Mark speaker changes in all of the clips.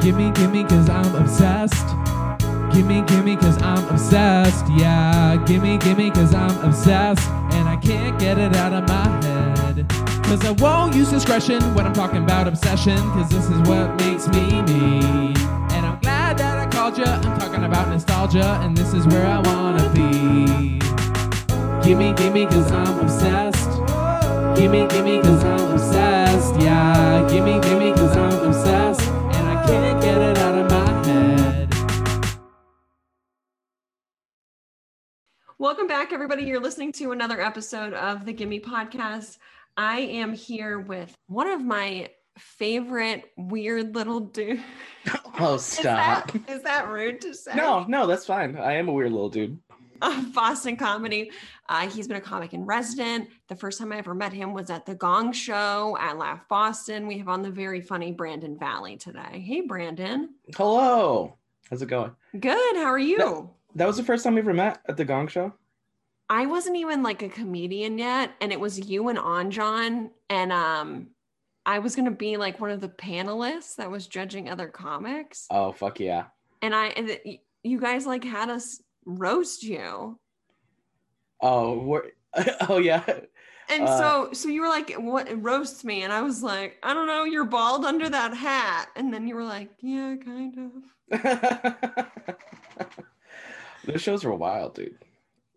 Speaker 1: Gimme, gimme, cause I'm obsessed. Gimme, gimme, cause I'm obsessed. Yeah, gimme, gimme, cause I'm obsessed. And I can't get it out of my head. Cause I won't use discretion when I'm talking about obsession. Cause this is what makes me me. And I'm glad that I called ya. I'm talking about nostalgia, and this is where I wanna be. Gimme, gimme, cause I'm obsessed. Gimme, gimme, cause I'm obsessed. Yeah, gimme, gimme, cause I'm obsessed. And I can't get it out of my head.
Speaker 2: Welcome back, everybody. You're listening to another episode of the Gimme Podcast. I am here with one of my favorite weird little dudes.
Speaker 3: Oh,
Speaker 2: Is
Speaker 3: stop.
Speaker 2: that, is that rude to say?
Speaker 3: No, no, that's fine. I am a weird little dude.
Speaker 2: Of Boston comedy. Uh, he's been a comic in resident. The first time I ever met him was at the Gong Show at Laugh Boston. We have on the very funny Brandon Valley today. Hey, Brandon.
Speaker 3: Hello. How's it going?
Speaker 2: Good. How are you?
Speaker 3: That was the first time we ever met at the Gong Show.
Speaker 2: I wasn't even like a comedian yet, and it was you and Anjan, and um, I was gonna be like one of the panelists that was judging other comics,
Speaker 3: Oh, fuck yeah.
Speaker 2: and I and it- y- you guys like had us roast you,
Speaker 3: Oh, we're, oh yeah.
Speaker 2: and
Speaker 3: Uh,
Speaker 2: so so you were like, "What roast me?" And I was like, "I don't know, you're bald under that hat," and then you were like, "Yeah, kind of."
Speaker 3: those shows were wild, dude.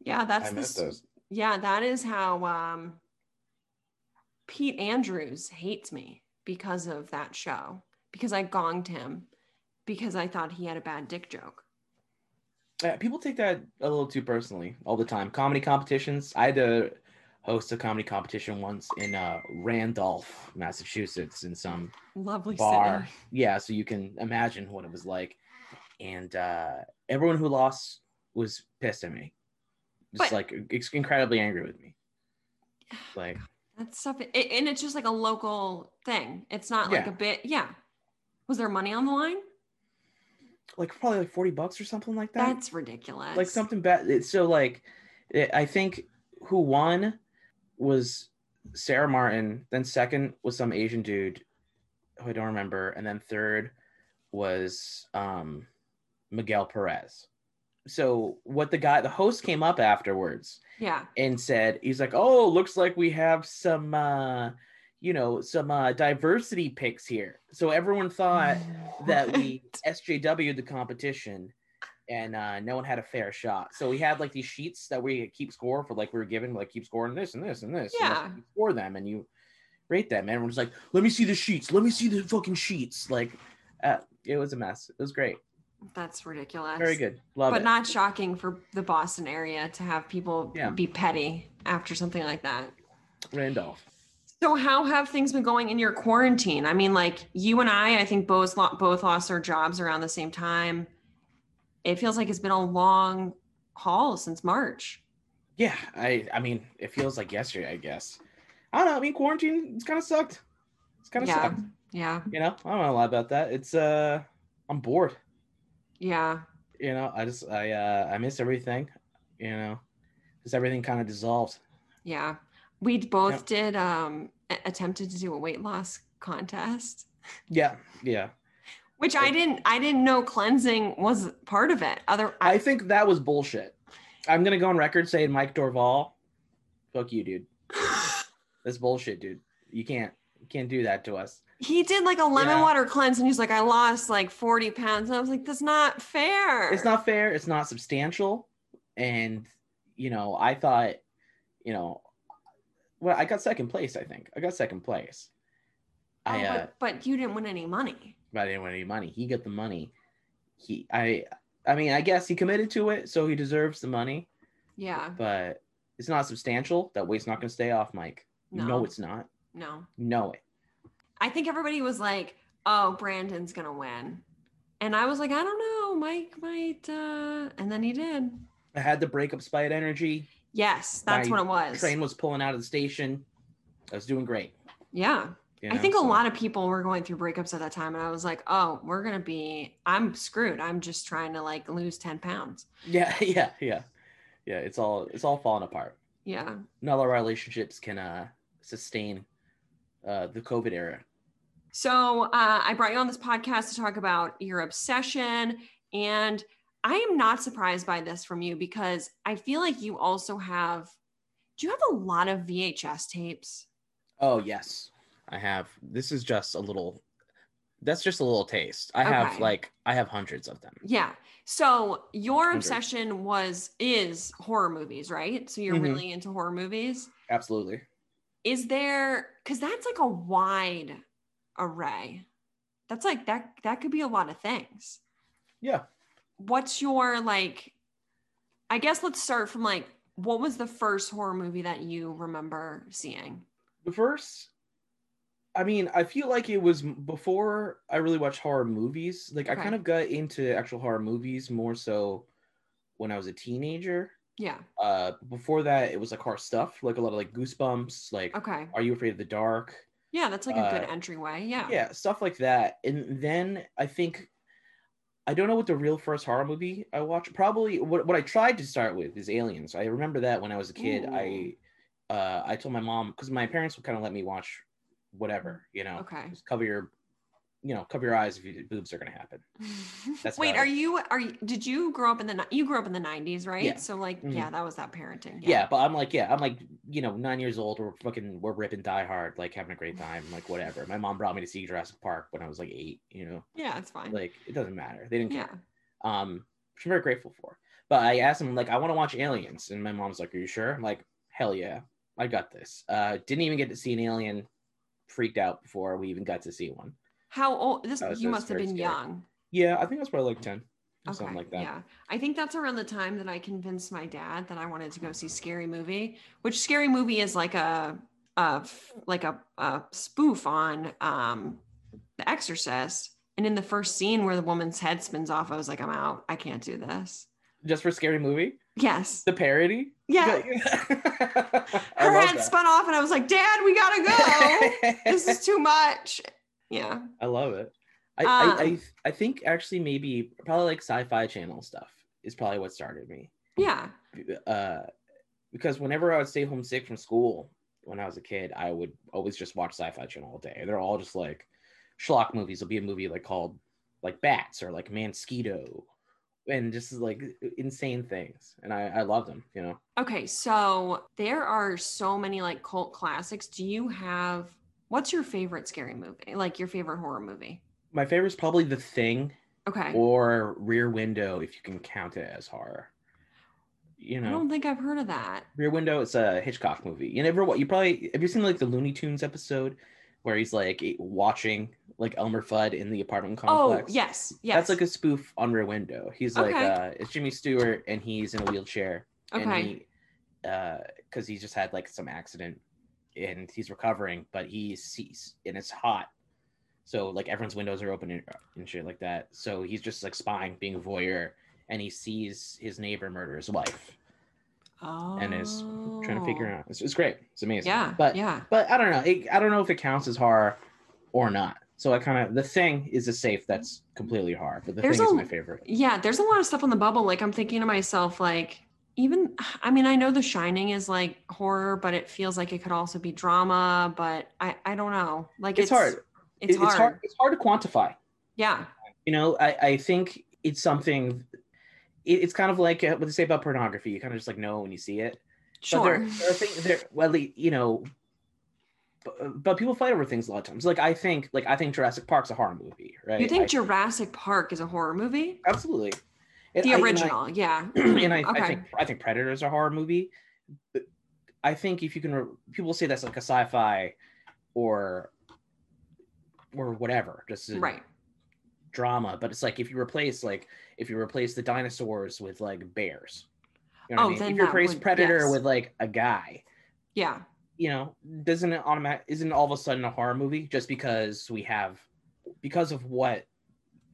Speaker 2: Yeah, that's
Speaker 3: I
Speaker 2: the
Speaker 3: missed
Speaker 2: s-
Speaker 3: those.
Speaker 2: yeah, that is how um, Pete Andrews hates me because of that show because I gonged him because I thought he had a bad dick joke.
Speaker 3: Yeah, people take that a little too personally all the time. Comedy competitions. I had to host a comedy competition once in uh, Randolph, Massachusetts, in some
Speaker 2: Lovely
Speaker 3: bar.
Speaker 2: city.
Speaker 3: Yeah, so you can imagine what it was like. And uh, everyone who lost was pissed at me,
Speaker 2: But-
Speaker 3: just like ex- incredibly angry with me. Like,
Speaker 2: That stuff, it, and it's just like a local thing. It's not like
Speaker 3: Yeah.
Speaker 2: a bit. Yeah. Was there money on the line?
Speaker 3: like probably like forty bucks or something like that.
Speaker 2: That's ridiculous.
Speaker 3: like something bad. It's so like, it, I think who won was Sarah Martin. Then second was some Asian dude who I don't remember, and then third was um, Miguel Perez. So what the guy, the host, came up afterwards
Speaker 2: Yeah.
Speaker 3: and said he's like oh looks like we have some uh you know some uh diversity picks here so everyone thought that we sjw'd the competition and uh no one had a fair shot so we had like these sheets that we keep score for like we were given like keep scoring this and this and this and that's
Speaker 2: Yeah.
Speaker 3: what you score them and you rate them and everyone's like let me see the sheets let me see the fucking sheets like uh, it was a mess it was great
Speaker 2: That's ridiculous.
Speaker 3: very good love
Speaker 2: but
Speaker 3: it
Speaker 2: not shocking for the Boston area to have people
Speaker 3: Yeah.
Speaker 2: be petty after something like that.
Speaker 3: randolph
Speaker 2: So how have things been going in your quarantine? I mean, like you and I, I think both lo- both lost our jobs around the same time. It feels like it's been a long haul since March.
Speaker 3: Yeah, I I mean, it feels like yesterday, I guess. I don't know. I mean, quarantine it's kind of sucked. It's kind of
Speaker 2: Yeah.
Speaker 3: sucked.
Speaker 2: Yeah,
Speaker 3: You know, I don't know a lot about that. It's uh, I'm bored.
Speaker 2: yeah,
Speaker 3: You know, I just I uh I miss everything. You know, because everything kind of dissolved.
Speaker 2: yeah. We both did um a- attempted to do a weight loss contest,
Speaker 3: Yeah, yeah.
Speaker 2: which I didn't I didn't know cleansing was part of it. Other
Speaker 3: I think that was bullshit. I'm gonna go on record saying Mike Dorval, fuck you, dude. That's bullshit, dude. You can't you can't do that to us.
Speaker 2: he did like a lemon
Speaker 3: Yeah.
Speaker 2: water cleanse and he's like, I lost like 40 pounds. And I was like, that's not fair.
Speaker 3: it's not fair it's not substantial and you know i thought you know well i got second place i think i got second place
Speaker 2: Oh,
Speaker 3: i uh
Speaker 2: but, but you didn't win any money.
Speaker 3: but i didn't win any money he got the money he i i mean i guess he committed to it so he deserves the money
Speaker 2: Yeah.
Speaker 3: but it's not substantial that weight's not going to stay off mike no.
Speaker 2: No.
Speaker 3: it's not
Speaker 2: No.
Speaker 3: you know it
Speaker 2: I think everybody was like, "Oh, Brandon's gonna win," and I was like, "I don't know, Mike might," uh... and then he did.
Speaker 3: i had the breakup spite energy
Speaker 2: Yes, that's
Speaker 3: My
Speaker 2: what it was.
Speaker 3: train was pulling out of the station i was doing great
Speaker 2: Yeah,
Speaker 3: you
Speaker 2: I
Speaker 3: know,
Speaker 2: think a
Speaker 3: so-
Speaker 2: lot of people were going through breakups at that time, and I was like, "Oh, we're gonna be. I'm screwed. I'm just trying to like lose ten pounds."
Speaker 3: yeah yeah yeah yeah it's all it's all falling apart
Speaker 2: Yeah,
Speaker 3: none of our relationships can uh sustain uh the covid era
Speaker 2: So uh, I brought you on this podcast to talk about your obsession. And I am not surprised by this from you because I feel like you also have, do you have a lot of VHS tapes?
Speaker 3: Oh yes, I have. This is just a little. That's just a little taste. I
Speaker 2: Okay.
Speaker 3: have like I have hundreds of them.
Speaker 2: Yeah. So your
Speaker 3: Hundred.
Speaker 2: obsession was, is horror movies, right? So you're
Speaker 3: Mhm.
Speaker 2: really into horror movies.
Speaker 3: Absolutely.
Speaker 2: Is there, because that's like a wide array. That's like that, that could be a lot of things.
Speaker 3: Yeah.
Speaker 2: what's your like i guess let's start from like what was the first horror movie that you remember seeing
Speaker 3: The first. I mean, I feel like it was m- before I really watched horror movies. Like
Speaker 2: Okay.
Speaker 3: I kind of got into actual horror movies more so when I was a teenager.
Speaker 2: yeah
Speaker 3: Uh, before that, it was like horror stuff, like a lot of like Goosebumps, like
Speaker 2: okay
Speaker 3: Are You Afraid of the Dark?
Speaker 2: yeah that's like a good
Speaker 3: Uh,
Speaker 2: entryway yeah
Speaker 3: yeah stuff like that and then i think i don't know what the real first horror movie i watched probably what, what i tried to start with is aliens i remember that when i was a kid i uh i told my mom because my parents would kind of let me watch whatever you know
Speaker 2: Okay.
Speaker 3: just cover your you know cover your eyes if you, boobs are going to happen That's
Speaker 2: wait
Speaker 3: about
Speaker 2: are
Speaker 3: it.
Speaker 2: you are you did you grow up in the ni- you grew up in the 90s right
Speaker 3: Yeah.
Speaker 2: so like
Speaker 3: Mhm.
Speaker 2: yeah that was that parenting
Speaker 3: yeah. but i'm like yeah i'm like you know nine years old we're fucking we're ripping die hard like having a great time like whatever my mom brought me to see jurassic park when i was like eight you know
Speaker 2: yeah it's fine
Speaker 3: like it doesn't matter they didn't care
Speaker 2: yeah
Speaker 3: um, which I'm very grateful for. But I asked him like, I want to watch Aliens, and my mom's like, "Are you sure?" I'm like, "Hell yeah, I got this." Uh, didn't even get to see an alien. Freaked out before we even got to see one.
Speaker 2: how old this
Speaker 3: I was-
Speaker 2: you
Speaker 3: I was
Speaker 2: must have
Speaker 3: very
Speaker 2: been
Speaker 3: scared.
Speaker 2: young
Speaker 3: Yeah, I think that's probably like ten, or something like that.
Speaker 2: Yeah. I think that's around the time that I convinced my dad that I wanted to go see Scary Movie, which Scary Movie is like a, a f- like a, a spoof on um, The Exorcist. And in the first scene where the woman's head spins off, I was like, I'm out. I can't do this.
Speaker 3: Just for scary movie,
Speaker 2: Yes.
Speaker 3: the parody.
Speaker 2: Yeah.
Speaker 3: I
Speaker 2: Her
Speaker 3: love
Speaker 2: head
Speaker 3: that.
Speaker 2: spun off, and I was like, Dad, we gotta go. this is too much. Yeah.
Speaker 3: I love it. I,
Speaker 2: Um,
Speaker 3: I, I I think actually maybe probably like sci-fi channel stuff is probably what started me.
Speaker 2: Yeah.
Speaker 3: uh, because whenever I would stay home sick from school when I was a kid, I would always just watch Sci-Fi Channel all day. They're all just like schlock movies. There'll be a movie like called like Bats or like Mansquito, and just like insane things. And I I love them. You know,
Speaker 2: Okay, so there are so many like cult classics. Do you have what's your favorite scary movie? Like your favorite horror movie?
Speaker 3: my favorite is probably The Thing
Speaker 2: Okay.
Speaker 3: or Rear Window, if you can count it as horror. You
Speaker 2: I
Speaker 3: know,
Speaker 2: don't think I've heard of that.
Speaker 3: Rear Window. It's a Hitchcock movie. You never what you probably have you seen like the Looney Tunes episode where he's like e, watching like Elmer Fudd in the apartment complex.
Speaker 2: Oh, yes. Yes.
Speaker 3: That's like a spoof on Rear Window. He's like
Speaker 2: Okay.
Speaker 3: uh, it's Jimmy Stewart and he's in a wheelchair.
Speaker 2: Okay.
Speaker 3: And he, because he's just had like some accident and he's recovering, but he's, he's and it's hot. So like everyone's windows are open and, uh, and shit like that. So he's just like spying, being a voyeur, and he sees his neighbor murder his wife
Speaker 2: oh.
Speaker 3: and is trying to figure it out. It's, it's great. It's amazing.
Speaker 2: Yeah.
Speaker 3: But
Speaker 2: yeah.
Speaker 3: but I don't know. It, I don't know if it counts as horror or not. So I kind of the thing is a safe that's completely horror, but the
Speaker 2: There's
Speaker 3: thing is
Speaker 2: a-
Speaker 3: my favorite.
Speaker 2: Yeah, there's a lot of stuff on the bubble. Like I'm thinking to myself, like, even I mean, I know the shining is like horror, but it feels like it could also be drama, but I I don't know. Like
Speaker 3: It's,
Speaker 2: It's,
Speaker 3: hard. It-
Speaker 2: hard.
Speaker 3: It's hard. It's hard to quantify.
Speaker 2: Yeah.
Speaker 3: You know, I I think it's something. It, it's kind of like uh, what they say about pornography. You kind of just like know when you see it. But
Speaker 2: Sure.
Speaker 3: there, there are things there. Well, the- you know. But, but people fight over things a lot of times. Like I think, like I think Jurassic Park's a horror movie, right?
Speaker 2: You think
Speaker 3: I-
Speaker 2: Jurassic Park is a horror movie?
Speaker 3: absolutely. And
Speaker 2: the
Speaker 3: I- and I-
Speaker 2: original, yeah.
Speaker 3: and I,
Speaker 2: okay.
Speaker 3: I think I think Predator is a horror movie. But I think if you can, re- people say that's like a sci-fi, or or whatever, just a
Speaker 2: right.
Speaker 3: drama. But it's like if you replace like if you replace the dinosaurs with like bears, you know
Speaker 2: Oh,
Speaker 3: what I
Speaker 2: then
Speaker 3: mean? If you
Speaker 2: that
Speaker 3: replace
Speaker 2: would-
Speaker 3: Predator
Speaker 2: yes.
Speaker 3: with like a guy,
Speaker 2: Yeah.
Speaker 3: you know, doesn't it automatic? Isn't it all of a sudden a horror movie just because we have because of what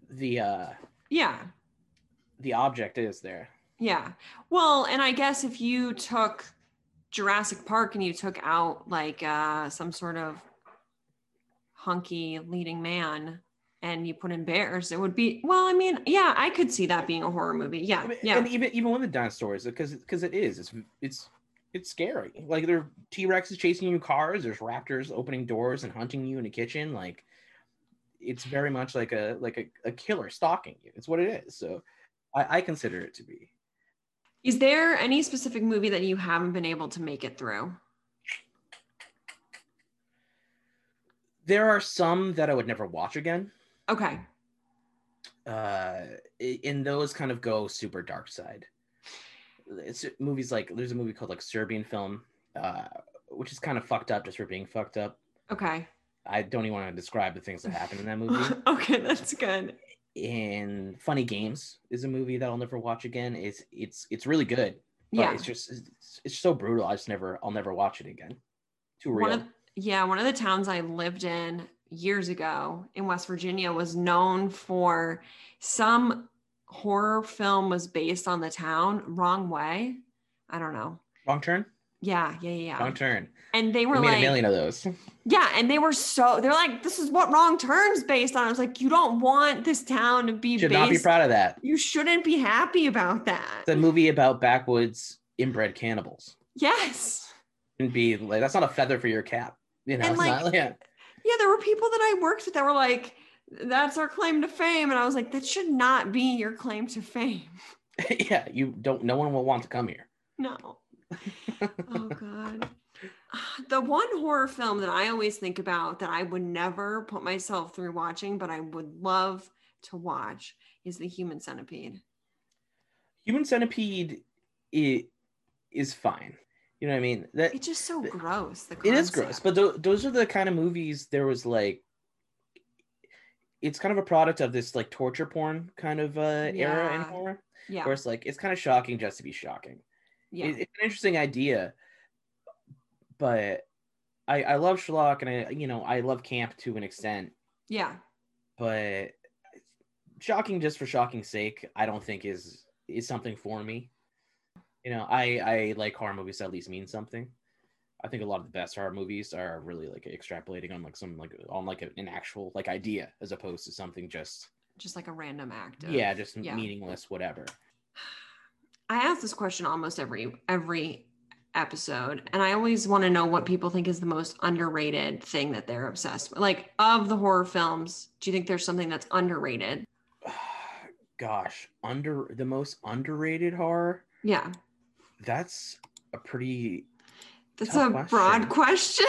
Speaker 3: the uh
Speaker 2: Yeah.
Speaker 3: the object is there?
Speaker 2: Yeah. Well, and I guess if you took Jurassic Park and you took out like uh some sort of hunky leading man and you put in bears, it would be well, I mean, yeah, I could see that being a horror movie.
Speaker 3: I
Speaker 2: Yeah.
Speaker 3: mean,
Speaker 2: Yeah.
Speaker 3: And even even with the dinosaurs, because because it is, it's it's it's scary. Like there T Rex is chasing you in cars. There's raptors opening doors and hunting you in a kitchen. Like it's very much like a like a, a killer stalking you. It's what it is. So I, I consider it to be.
Speaker 2: Is there any specific movie that you haven't been able to make it through?
Speaker 3: There are some that I would never watch again.
Speaker 2: Okay.
Speaker 3: Uh, i- and those kind of go super dark side. It's movies like there's a movie called like Serbian Film, uh, which is kind of fucked up just for being fucked up.
Speaker 2: Okay.
Speaker 3: I don't even want to describe the things that happen in that movie.
Speaker 2: okay, that's good.
Speaker 3: and Funny Games is a movie that I'll never watch again. It's it's it's really good, but
Speaker 2: Yeah.
Speaker 3: it's just it's, it's so brutal. I just never I'll never watch it again. Too real.
Speaker 2: One of, yeah, one of the towns I lived in years ago in West Virginia was known for some horror film was based on the town wrong way. I don't know.
Speaker 3: Wrong turn.
Speaker 2: Yeah, yeah, yeah. yeah.
Speaker 3: Wrong turn.
Speaker 2: And they
Speaker 3: We
Speaker 2: were
Speaker 3: made a
Speaker 2: like,
Speaker 3: million of those.
Speaker 2: Yeah, and they were so they're like, this is what wrong turns based on. I was like, you don't want this town to be
Speaker 3: Should
Speaker 2: based.
Speaker 3: not be proud of that.
Speaker 2: you shouldn't be happy about that.
Speaker 3: It's a movie about backwoods inbred cannibals.
Speaker 2: yes.
Speaker 3: And be like that's not a feather for your cap. You know,
Speaker 2: And,
Speaker 3: it's
Speaker 2: like-
Speaker 3: not, yeah.
Speaker 2: Yeah, there were people that I worked with that were like, that's our claim to fame. And I was like, that should not be your claim to fame.
Speaker 3: yeah, you don't no one will want to come here.
Speaker 2: No. oh God. The one horror film that I always think about that I would never put myself through watching, but I would love to watch is The Human Centipede.
Speaker 3: Human centipede it is fine. You know what I mean? That
Speaker 2: It's just so gross. The
Speaker 3: it is
Speaker 2: concept.
Speaker 3: gross but tho- those are the kind of movies there was like it's kind of a product of this like torture porn kind of uh era in
Speaker 2: Yeah.
Speaker 3: horror
Speaker 2: Yeah.
Speaker 3: where it's like it's kind of shocking just to be shocking
Speaker 2: yeah.
Speaker 3: It- it's an interesting idea but i i love schlock and i you know i love camp to an extent
Speaker 2: yeah.
Speaker 3: but shocking just for shocking's sake i don't think is is something for me you know i i like horror movies that at least mean something i think a lot of the best horror movies are really like extrapolating on like some like on like an actual like idea as opposed to something just
Speaker 2: Just like a random act. of-
Speaker 3: yeah just
Speaker 2: yeah.
Speaker 3: meaningless whatever
Speaker 2: I ask this question almost every every episode, and I always want to know what people think is the most underrated thing that they're obsessed with. Like of the horror films, do you think there's something that's underrated?
Speaker 3: gosh under the most underrated horror
Speaker 2: Yeah.
Speaker 3: that's a pretty
Speaker 2: That's
Speaker 3: Tough
Speaker 2: a broad question.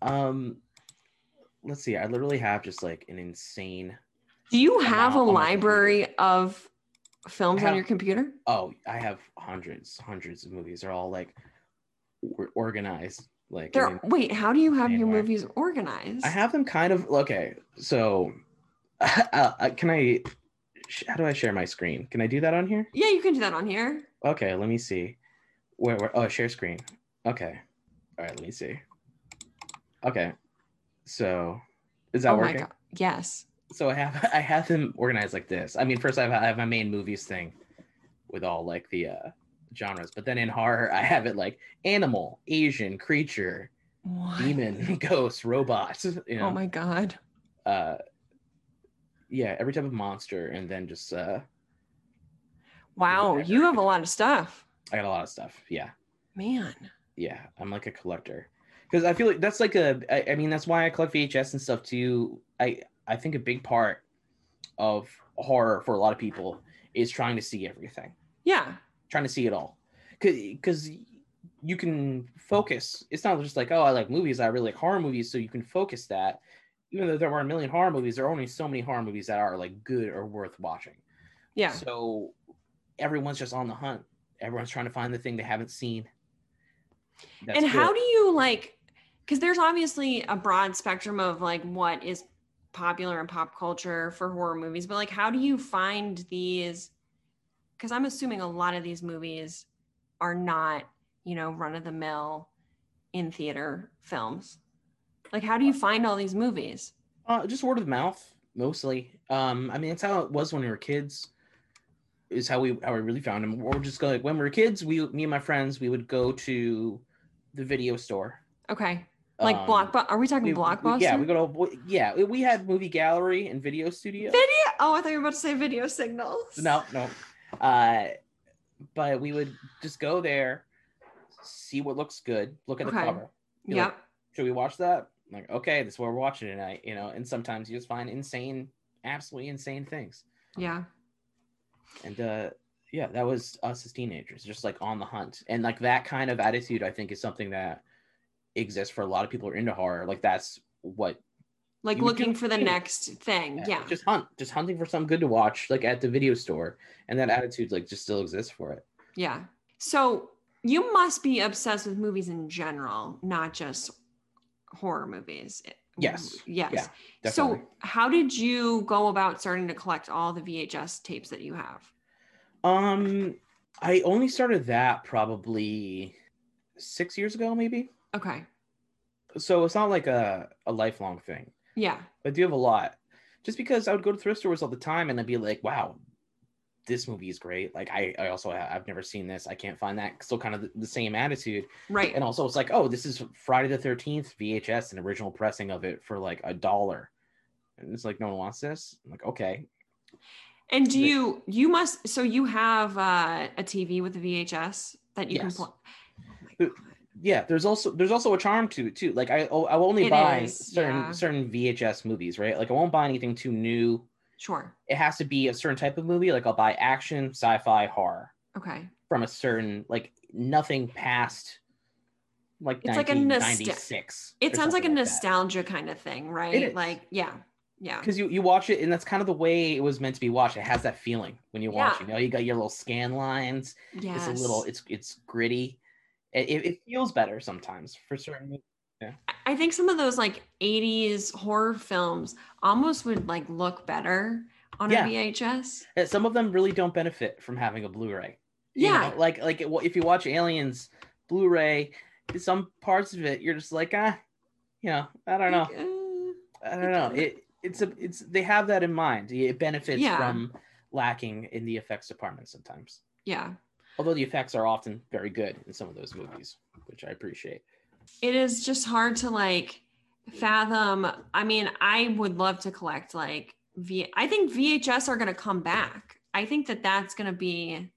Speaker 3: um let's see i literally have just like an insane
Speaker 2: do you
Speaker 3: I'm
Speaker 2: have a
Speaker 3: out on my
Speaker 2: library of films
Speaker 3: I
Speaker 2: on
Speaker 3: have-
Speaker 2: your computer?
Speaker 3: oh i have hundreds hundreds of movies they're all like or- organized like I,
Speaker 2: There.
Speaker 3: mean,
Speaker 2: Wait, how do you have your
Speaker 3: Anywhere.
Speaker 2: movies organized?
Speaker 3: I have them kind of okay so uh, uh, can i sh- how do i share my screen can i do that on here
Speaker 2: Yeah, you can do that on here.
Speaker 3: okay let me see where, where oh share screen okay all right let me see okay so is that
Speaker 2: oh
Speaker 3: working
Speaker 2: my god. Yes.
Speaker 3: so I have I have them organized like this. I mean, first I have, I have my main movies thing with all like the uh, genres, but then in horror I have it like animal, Asian, creature,
Speaker 2: What?
Speaker 3: demon, ghost, robot. You know,
Speaker 2: Oh my god.
Speaker 3: uh, yeah, every type of monster, and then just uh,
Speaker 2: Wow,
Speaker 3: whatever.
Speaker 2: you have a lot of stuff.
Speaker 3: I got a lot of stuff. Yeah,
Speaker 2: Man.
Speaker 3: yeah, I'm like a collector because I feel like that's like a I, I mean that's why I collect VHS and stuff too. I I think a big part of horror for a lot of people is trying to see everything.
Speaker 2: Yeah.
Speaker 3: trying to see it all because you can focus it's not just like oh i like movies i really like horror movies so you can focus that even though there are a million horror movies there are only so many horror movies that are like good or worth watching
Speaker 2: Yeah.
Speaker 3: so everyone's just on the hunt everyone's trying to find the thing they haven't seen That's
Speaker 2: and how
Speaker 3: good.
Speaker 2: do you like cuz there's obviously a broad spectrum of like what is popular in pop culture for horror movies, but like how do you find these cuz I'm assuming a lot of these movies are not, you know, run of the mill in theater films. Like how do you find all these movies?
Speaker 3: Uh, just word of mouth mostly. Um, I mean, it's how it was when we were kids. Is how we how we really found them. Or just go like when we were kids, we me and my friends we would go to the video store.
Speaker 2: Okay. Like
Speaker 3: Um,
Speaker 2: blockbuster are we talking
Speaker 3: we- we-
Speaker 2: blockbuster?
Speaker 3: Yeah, we go to we- yeah we- we had movie gallery and video studio.
Speaker 2: Video? Oh, I thought you were about to say video signals.
Speaker 3: No, no. Uh, but we would just go there, see what looks good, look at the
Speaker 2: Okay.
Speaker 3: cover. Be like,
Speaker 2: Yep.
Speaker 3: Should we watch that? like, okay, this is what we're watching tonight, you know. And sometimes you just find insane, absolutely insane things.
Speaker 2: Yeah.
Speaker 3: And uh yeah, that was us as teenagers, just like on the hunt. And like that kind of attitude, I think, is something that exists for a lot of people who are into horror. Like that's what
Speaker 2: Like
Speaker 3: You would
Speaker 2: looking
Speaker 3: do
Speaker 2: for the
Speaker 3: too.
Speaker 2: next thing. Yeah.
Speaker 3: Just hunt, just hunting for something good to watch, like at the video store. And that attitude like just still exists for it.
Speaker 2: Yeah. So you must be obsessed with movies in general, not just horror movies.
Speaker 3: Yes.
Speaker 2: Yes.
Speaker 3: Yeah,
Speaker 2: so
Speaker 3: Definitely.
Speaker 2: how did you go about starting to collect all the VHS tapes that you have?
Speaker 3: um I only started that probably six years ago, maybe.
Speaker 2: Okay.
Speaker 3: So it's not like a, a lifelong thing.
Speaker 2: Yeah.
Speaker 3: I do have a lot. Just because I would go to thrift stores all the time and I'd be like, wow, this movie is great. Like I, I also I've never seen this. I can't find that. Still kind of the, the same attitude.
Speaker 2: Right.
Speaker 3: And also it's like, oh, this is Friday the thirteenth VHS, an original pressing of it for like a dollar. And it's like no one wants this. I'm like, okay.
Speaker 2: And do
Speaker 3: the-
Speaker 2: you you must so you have uh, a TV with a VHS that you can
Speaker 3: Yes.
Speaker 2: plug? Oh my
Speaker 3: Who-
Speaker 2: God.
Speaker 3: Yeah, there's also there's also a charm to it too. Like I oh, I will only
Speaker 2: It
Speaker 3: buy
Speaker 2: is,
Speaker 3: certain
Speaker 2: yeah.
Speaker 3: certain VHS movies, right? Like I won't buy anything too new.
Speaker 2: Sure.
Speaker 3: It has to be a certain type of movie. Like I'll buy action, sci-fi, horror.
Speaker 2: Okay.
Speaker 3: from a certain like nothing past like
Speaker 2: It's like a nostal-
Speaker 3: 1996
Speaker 2: It sounds like a nostalgia kind of thing, right?
Speaker 3: is.
Speaker 2: Like yeah. Yeah.
Speaker 3: because you you watch it and that's kind of the way it was meant to be watched it has that feeling when you
Speaker 2: Yeah.
Speaker 3: watch it you know you got your little scan lines
Speaker 2: Yes.
Speaker 3: it's a little it's it's gritty it, it, it feels better sometimes for certain movies.
Speaker 2: I think some of those like 80s horror films almost would like look better on
Speaker 3: Yeah.
Speaker 2: a VHS.
Speaker 3: And Uh, some of them really don't benefit from having a blu-ray You
Speaker 2: Yeah.
Speaker 3: know, like like it, if you watch aliens blu-ray some parts of it you're just like ah you know i don't know
Speaker 2: uh,
Speaker 3: I don't know. It it's a it's they have that in mind. It benefits
Speaker 2: Yeah.
Speaker 3: from lacking in the effects department sometimes.
Speaker 2: yeah.
Speaker 3: Although the effects are often very good in some of those movies, which I appreciate.
Speaker 2: It is just hard to like fathom. I mean, I would love to collect like V I think VHS are going to come back. I think that that's going to be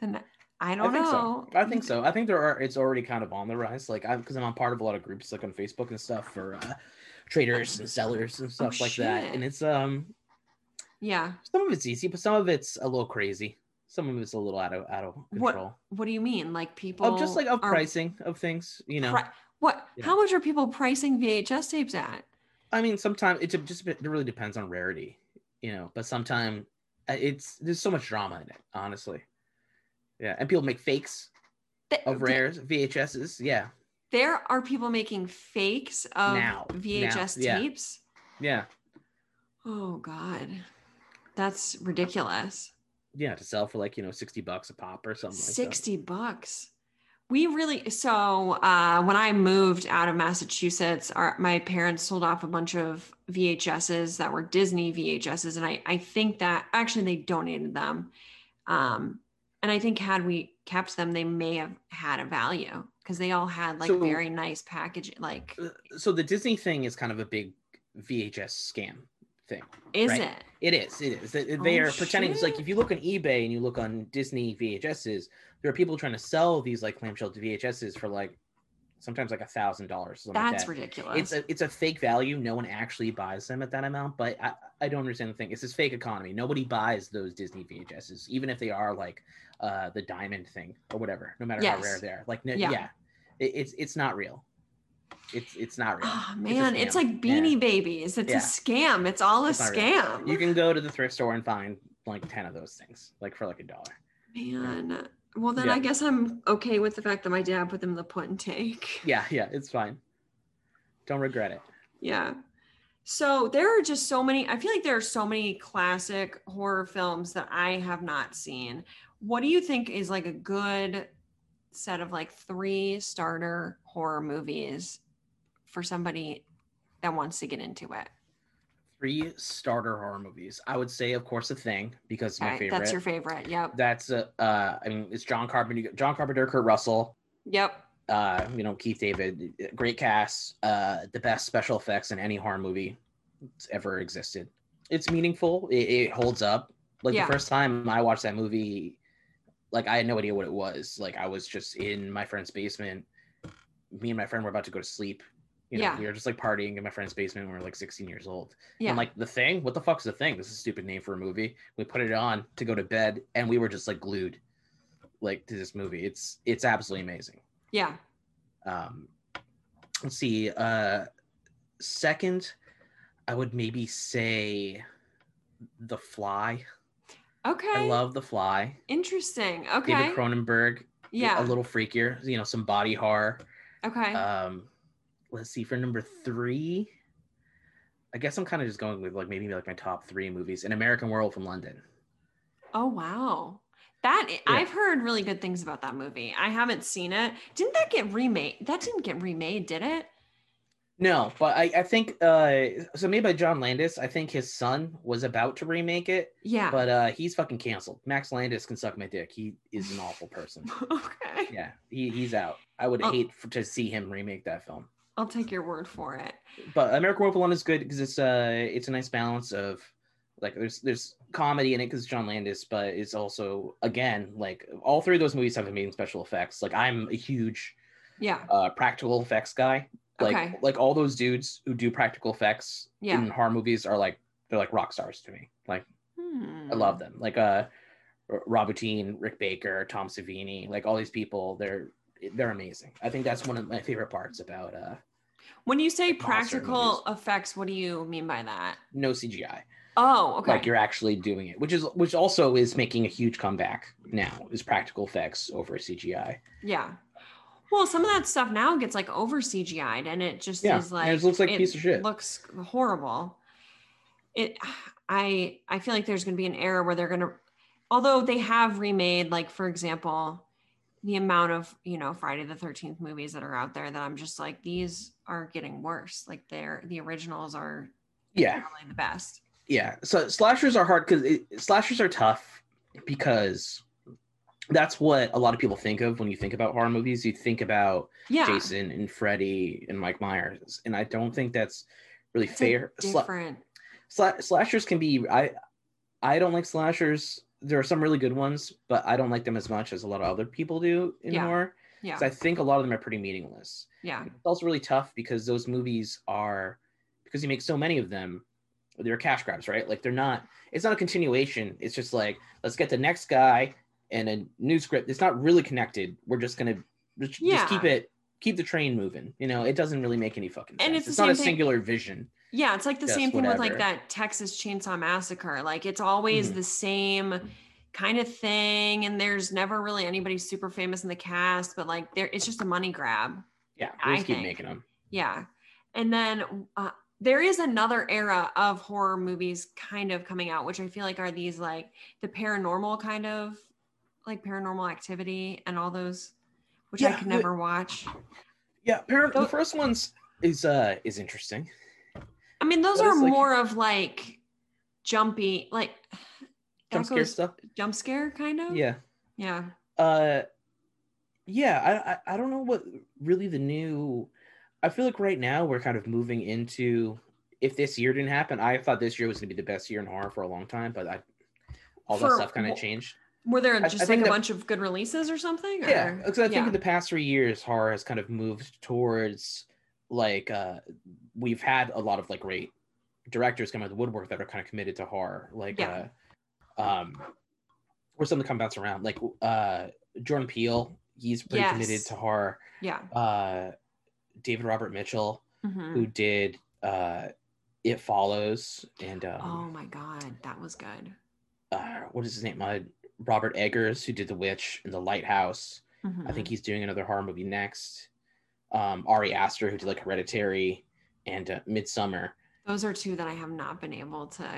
Speaker 2: and I don't
Speaker 3: think
Speaker 2: know.
Speaker 3: so. I think so. I think there are. It's already kind of on the rise. Like I'm because I'm on part of a lot of groups like on Facebook and stuff for uh, traders and sellers and stuff like that.
Speaker 2: Oh, shit.
Speaker 3: And it's um
Speaker 2: Yeah.
Speaker 3: some of it's easy, but some of it's a little crazy. Some of it's a little out of out of
Speaker 2: What-
Speaker 3: control.
Speaker 2: What do you mean? Like people
Speaker 3: Of just like of
Speaker 2: are-
Speaker 3: pricing of things, you know.
Speaker 2: pri- what
Speaker 3: Yeah.
Speaker 2: how much are people pricing VHS tapes at?
Speaker 3: I mean, sometimes it de- just it really depends on rarity, you know. But sometimes it's there's so much drama in it, honestly. Yeah, and people make fakes
Speaker 2: Th-
Speaker 3: of
Speaker 2: th-
Speaker 3: rares, VHSs. Yeah,
Speaker 2: There are people making fakes of
Speaker 3: Now.
Speaker 2: VHS
Speaker 3: Now. Yeah.
Speaker 2: tapes.
Speaker 3: yeah,
Speaker 2: Oh God, that's ridiculous.
Speaker 3: yeah. To sell for like you know sixty bucks a pop or something. Like that.
Speaker 2: Sixty bucks. We really so uh, when I moved out of Massachusetts, our, my parents sold off a bunch of VHSs that were Disney VHSs, and I I think that actually they donated them, um, and I think had we kept them, they may have had a value because they all had like
Speaker 3: So-
Speaker 2: very nice packaging. Like,
Speaker 3: Uh, So the Disney thing is kind of a big VHS scam thing.
Speaker 2: is
Speaker 3: right.
Speaker 2: it?
Speaker 3: It is. It is. They, they
Speaker 2: Oh,
Speaker 3: are pretending. It's like
Speaker 2: shit.
Speaker 3: if you look on eBay and you look on Disney VHSs, there are people trying to sell these like clamshell VHSs for like sometimes like a thousand dollars.
Speaker 2: That's
Speaker 3: like that.
Speaker 2: ridiculous.
Speaker 3: it's a it's a fake value. No one actually buys them at that amount. But I, I don't understand the thing. It's this fake economy. Nobody buys those Disney VHSs, even if they are like uh the diamond thing or whatever. No matter
Speaker 2: Yes.
Speaker 3: how rare they are. Like no,
Speaker 2: Yeah.
Speaker 3: yeah, It, it's it's not real. It's it's not real.
Speaker 2: Oh
Speaker 3: a
Speaker 2: man, it's,
Speaker 3: scam.
Speaker 2: like Beanie Babies. It's
Speaker 3: Yeah.
Speaker 2: a scam. It's all a
Speaker 3: It's not real.
Speaker 2: scam.
Speaker 3: You can go to the thrift store and find like ten of those things, like for like a dollar.
Speaker 2: Man. Well then
Speaker 3: Yeah.
Speaker 2: I guess I'm okay with the fact that my dad put them in the put and take.
Speaker 3: Yeah, yeah, it's fine. Don't regret it.
Speaker 2: Yeah. So there are just so many I feel like there are so many classic horror films that I have not seen. What do you think is like a good set of like three starter horror movies for somebody that wants to get into it?
Speaker 3: Three starter horror movies. I would say, of course, the thing because it's my
Speaker 2: All right,
Speaker 3: favorite.
Speaker 2: that's your favorite. Yep.
Speaker 3: that's uh, uh I mean it's John Carpenter, you got John Carpenter, Kurt Russell,
Speaker 2: Yep.
Speaker 3: uh you know Keith David, great cast, uh the best special effects in any horror movie that's ever existed. It's meaningful. It, it holds up. Like
Speaker 2: Yeah.
Speaker 3: the first time I watched that movie, like I had no idea what it was. Like I was just in my friend's basement. Me and my friend were about to go to sleep. You know,
Speaker 2: Yeah.
Speaker 3: we were just like partying in my friend's basement when we were like 16 years old.
Speaker 2: Yeah.
Speaker 3: And like the thing, what the fuck's the thing? This is a stupid name for a movie. We put it on to go to bed and we were just like glued like to this movie. It's it's absolutely amazing.
Speaker 2: yeah.
Speaker 3: Um let's see. Uh second, I would maybe say The Fly.
Speaker 2: Okay.
Speaker 3: I love The Fly.
Speaker 2: Interesting. Okay.
Speaker 3: David Cronenberg, eh, a
Speaker 2: Yeah.
Speaker 3: little freakier, you know, some body horror.
Speaker 2: Okay.
Speaker 3: Um, let's see for number three. I guess I'm kind of just going with like maybe like my top three movies. An American Werewolf in London.
Speaker 2: oh wow. That I've heard really good things about that movie. I haven't seen it. Didn't that get remade? That didn't get remade, did it?
Speaker 3: No, but I, I think uh so made by John Landis. I think his son was about to remake it,
Speaker 2: Yeah.
Speaker 3: but uh he's fucking canceled. Max Landis can suck my dick. He is an awful person.
Speaker 2: okay.
Speaker 3: Yeah, he, he's out. I would
Speaker 2: Oh.
Speaker 3: hate for, to see him remake that film.
Speaker 2: I'll take your word for it.
Speaker 3: but American Werewolf in London is good because it's uh it's a nice balance of like there's there's comedy in it because John Landis, but it's also again like all three of those movies have amazing special effects. Like I'm a huge
Speaker 2: Yeah.
Speaker 3: uh, practical effects guy. Like
Speaker 2: Okay.
Speaker 3: like all those dudes who do practical effects
Speaker 2: Yeah.
Speaker 3: in horror movies are like they're like rock stars to me. Like
Speaker 2: Hmm.
Speaker 3: Mm. I love them. Like uh R- Robotine, Rick Baker, Tom Savini, like all these people, they're they're amazing. I think that's one of my favorite parts about uh
Speaker 2: When you say
Speaker 3: Like monster
Speaker 2: practical effects, what do you mean by that?
Speaker 3: no CGI.
Speaker 2: Oh, okay.
Speaker 3: like you're actually doing it which is which also is making a huge comeback now is practical effects over cgi
Speaker 2: yeah. Well, some of that stuff now gets like over CGI'd and it just
Speaker 3: yeah
Speaker 2: is like
Speaker 3: and it looks like a
Speaker 2: it
Speaker 3: piece of shit
Speaker 2: looks horrible. It I I feel like there's gonna be an era where they're gonna although they have remade, like for example, the amount of, you know, Friday the thirteenth movies that are out there that I'm just like, these are getting worse. Like they're the originals are
Speaker 3: yeah
Speaker 2: probably the best.
Speaker 3: yeah so slashers are hard because slashers are tough because that's what a lot of people think of when you think about horror movies you think about
Speaker 2: Yeah.
Speaker 3: jason and freddy and mike myers and i don't think that's really
Speaker 2: It's, like,
Speaker 3: fair Sla-
Speaker 2: Different.
Speaker 3: Sla- slashers can be i i don't like slashers there are some really good ones but i don't like them as much as a lot of other people do in
Speaker 2: Yeah.
Speaker 3: horror
Speaker 2: Yeah.
Speaker 3: 'cause i think a lot of them are pretty meaningless
Speaker 2: yeah.
Speaker 3: it's also really tough because those movies are because you make so many of them they're cash grabs right like they're not it's not a continuation it's just like let's get the next guy and a new script it's not really connected we're just gonna just,
Speaker 2: Yeah.
Speaker 3: just keep it keep the train moving you know it doesn't really make any fucking sense
Speaker 2: And it's
Speaker 3: it's,
Speaker 2: the
Speaker 3: not a
Speaker 2: same thing-
Speaker 3: singular vision
Speaker 2: Yeah, it's like the
Speaker 3: Yes,
Speaker 2: same thing with like
Speaker 3: whatever.
Speaker 2: that Texas Chainsaw Massacre. Like it's always
Speaker 3: Mhm.
Speaker 2: the same kind of thing, and there's never really anybody super famous in the cast, but like there, it's just a money grab.
Speaker 3: yeah
Speaker 2: I
Speaker 3: we just keep
Speaker 2: think.
Speaker 3: making them
Speaker 2: Yeah, and then uh, there is another era of horror movies kind of coming out, which I feel like are these like the paranormal kind of like paranormal activity and all those, which I
Speaker 3: Yeah,
Speaker 2: can
Speaker 3: but-
Speaker 2: never watch.
Speaker 3: yeah par- the
Speaker 2: Those-
Speaker 3: first ones is uh is interesting
Speaker 2: I mean, those
Speaker 3: But
Speaker 2: are
Speaker 3: it's like-
Speaker 2: more of like jumpy, like
Speaker 3: jump
Speaker 2: that
Speaker 3: scare
Speaker 2: goes
Speaker 3: stuff
Speaker 2: jump scare kind of.
Speaker 3: yeah
Speaker 2: Yeah.
Speaker 3: uh yeah I, I i don't know what really the new i feel like right now we're kind of moving into if this year didn't happen i thought this year was going to be the best year in horror for a long time but i all that
Speaker 2: For
Speaker 3: stuff kind of
Speaker 2: wh-
Speaker 3: changed
Speaker 2: Were there
Speaker 3: I
Speaker 2: just like
Speaker 3: think
Speaker 2: a
Speaker 3: that-
Speaker 2: bunch of good releases or something?
Speaker 3: yeah
Speaker 2: or-
Speaker 3: because i think
Speaker 2: yeah.
Speaker 3: in the past three years horror has kind of moved towards like uh we've had a lot of like great directors come out of the woodwork that are kind of committed to horror like
Speaker 2: Yeah.
Speaker 3: uh um or something come bounce around like uh jordan peele he's pretty committed
Speaker 2: Yes.
Speaker 3: to horror
Speaker 2: yeah.
Speaker 3: uh, David Robert Mitchell,
Speaker 2: Mhm.
Speaker 3: who did uh, It Follows, and
Speaker 2: Oh
Speaker 3: um,
Speaker 2: my God. That was good. Oh.
Speaker 3: uh, what is his name? Uh, Robert Eggers, who did The Witch and The Lighthouse. I think he's doing another horror movie next. Um, Ari Aster, who did like Hereditary and uh, Midsummer.
Speaker 2: Mhm. those are two that I have not been able to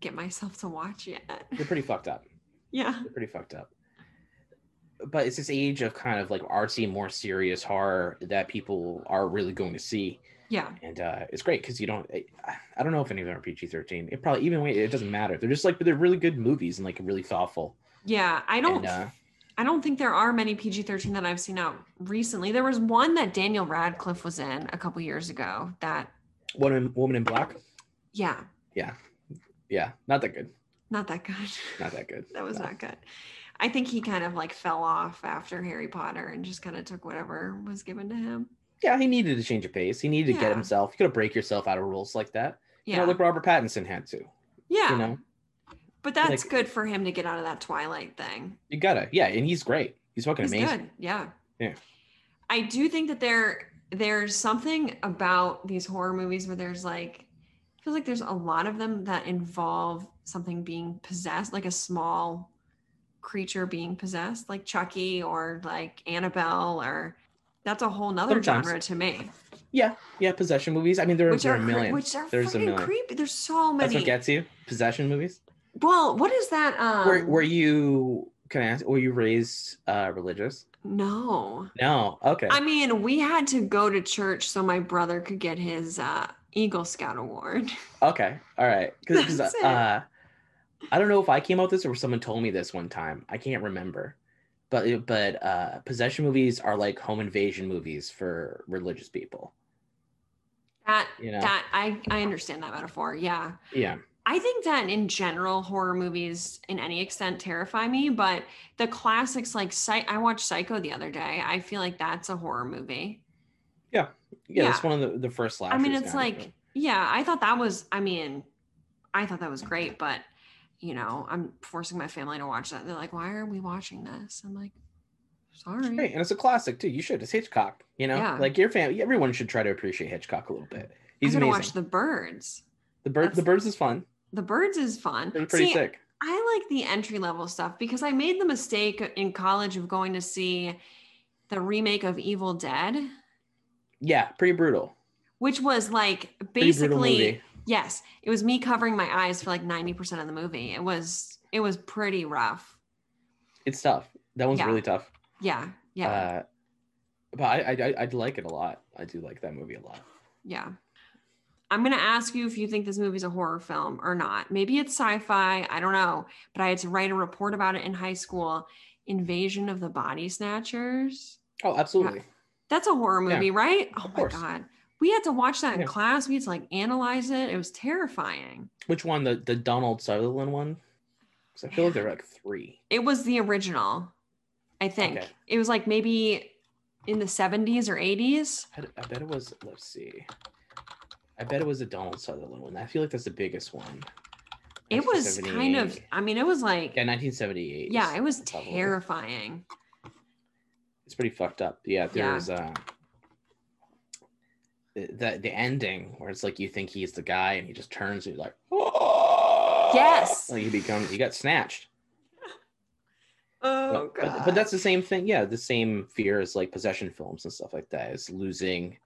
Speaker 2: get myself to watch yet.
Speaker 3: They're pretty fucked up.
Speaker 2: yeah.
Speaker 3: They're pretty fucked up. But it's this age of kind of like artsy, more serious horror that people are really going to see.
Speaker 2: Yeah.
Speaker 3: and uh, it's great because you don't. I, I don't know if any of them are PG thirteen. It probably even way it doesn't matter. They're just like they're really good movies and like really thoughtful.
Speaker 2: Yeah. I don't
Speaker 3: And uh,
Speaker 2: I don't think there are many PG thirteen that I've seen out recently. There was one that Daniel Radcliffe was in a couple years ago that
Speaker 3: woman, woman in black.
Speaker 2: yeah,
Speaker 3: Yeah, not that good.
Speaker 2: not that good.
Speaker 3: Not that good.
Speaker 2: that was
Speaker 3: No.
Speaker 2: not good. I think he kind of like fell off after Harry Potter and just kind of took whatever was given to him.
Speaker 3: yeah, he needed to change of pace. He needed to
Speaker 2: Yeah.
Speaker 3: get himself. You got to break yourself out of rules like that.
Speaker 2: Yeah.
Speaker 3: You know, like Robert Pattinson had to.
Speaker 2: yeah.
Speaker 3: You know,
Speaker 2: but that's
Speaker 3: like-
Speaker 2: good for him to get out of that Twilight thing.
Speaker 3: you gotta. Yeah, and he's great. He's fucking
Speaker 2: He's
Speaker 3: amazing.
Speaker 2: good. Yeah.
Speaker 3: Yeah.
Speaker 2: I do think that there there's something about these horror movies where there's like I feel like there's a lot of them that involve something being possessed, like a small creature being possessed, like Chucky or like Annabelle or that's a whole nother
Speaker 3: Sometimes.
Speaker 2: genre to me.
Speaker 3: Yeah, yeah. Possession movies. I mean, there,
Speaker 2: Which
Speaker 3: there
Speaker 2: are,
Speaker 3: are a million.
Speaker 2: cre- which are
Speaker 3: There's a
Speaker 2: fucking
Speaker 3: million.
Speaker 2: creepy. There's so
Speaker 3: That's what
Speaker 2: many.
Speaker 3: gets you. Possession movies.
Speaker 2: well, what is that? Um,
Speaker 3: were, were you? Can I ask? Were you raised uh, religious?
Speaker 2: no.
Speaker 3: No. Okay.
Speaker 2: I mean, we had to go to church so my brother could get his uh, Eagle Scout award.
Speaker 3: Okay. All right. Because
Speaker 2: That's it.
Speaker 3: uh, I don't know if I came out with this or someone told me this one time. I can't remember. But but uh, possession movies are like home invasion movies for religious people.
Speaker 2: That
Speaker 3: You know.
Speaker 2: that I I understand that metaphor. Yeah,
Speaker 3: yeah.
Speaker 2: I think that in general horror movies, in any extent, terrify me. But the classics like Psy- I watched Psycho the other day. I feel like that's a horror movie.
Speaker 3: Yeah.
Speaker 2: Yeah.
Speaker 3: That's one of the the first slashers.
Speaker 2: I mean, it's
Speaker 3: kind of.
Speaker 2: like yeah. I thought that was. I mean, I thought that was great, but. You know, I'm forcing my family to watch that. They're like, "Why are we watching this?" I'm like, "Sorry."
Speaker 3: It's great, and it's a classic too. You should. It's Hitchcock. You know,
Speaker 2: Yeah.
Speaker 3: like your family. Everyone should try to appreciate Hitchcock a little bit. He's
Speaker 2: I'm gonna
Speaker 3: amazing.
Speaker 2: watch The Birds.
Speaker 3: the bird.
Speaker 2: that's-
Speaker 3: The birds is fun.
Speaker 2: The Birds is fun.
Speaker 3: They're pretty
Speaker 2: See,
Speaker 3: sick.
Speaker 2: I like the entry level stuff because I made the mistake in college of going to see the remake of Evil Dead,
Speaker 3: Yeah. Pretty brutal.
Speaker 2: which was like
Speaker 3: Pretty brutal
Speaker 2: basically
Speaker 3: movie.
Speaker 2: yes, it was me covering my eyes for like 90% of the movie. It was it was pretty rough.
Speaker 3: It's tough. That one's
Speaker 2: Yeah.
Speaker 3: really tough.
Speaker 2: Yeah. Yeah.
Speaker 3: Uh, but I, I I- I'd like it a lot. I do like that movie a lot.
Speaker 2: yeah. I'm going to ask you if you think this movie's a horror film or not. Maybe it's sci-fi, I don't know, but I had to write a report about it in high school, Invasion of the Body Snatchers.
Speaker 3: Oh, absolutely.
Speaker 2: That's a horror
Speaker 3: Yeah.
Speaker 2: movie, right? Oh my
Speaker 3: course.
Speaker 2: god. We had to watch that in
Speaker 3: Yeah.
Speaker 2: class. We had to like analyze it. It was terrifying.
Speaker 3: Which one? The the Donald Sutherland one? Because I feel like there are like three.
Speaker 2: It was the original, I think.
Speaker 3: Okay.
Speaker 2: It was like maybe in the 70s or 80s.
Speaker 3: I, I bet it was. Let's see. I bet it was the Donald Sutherland one. I feel like that's the biggest one.
Speaker 2: It was kind of
Speaker 3: 1978.
Speaker 2: I mean, it was like
Speaker 3: yeah, 1978.
Speaker 2: yeah, it was
Speaker 3: probably.
Speaker 2: terrifying.
Speaker 3: It's pretty fucked up. Yeah,
Speaker 2: Yeah.
Speaker 3: there's uh, the, the the ending where it's like you think he's the guy and he just turns and you're like,
Speaker 2: Yes.
Speaker 3: like he becomes he got snatched.
Speaker 2: Oh
Speaker 3: but, but- but that's the same thing. Yeah, the same fear as like possession films and stuff like that is losing,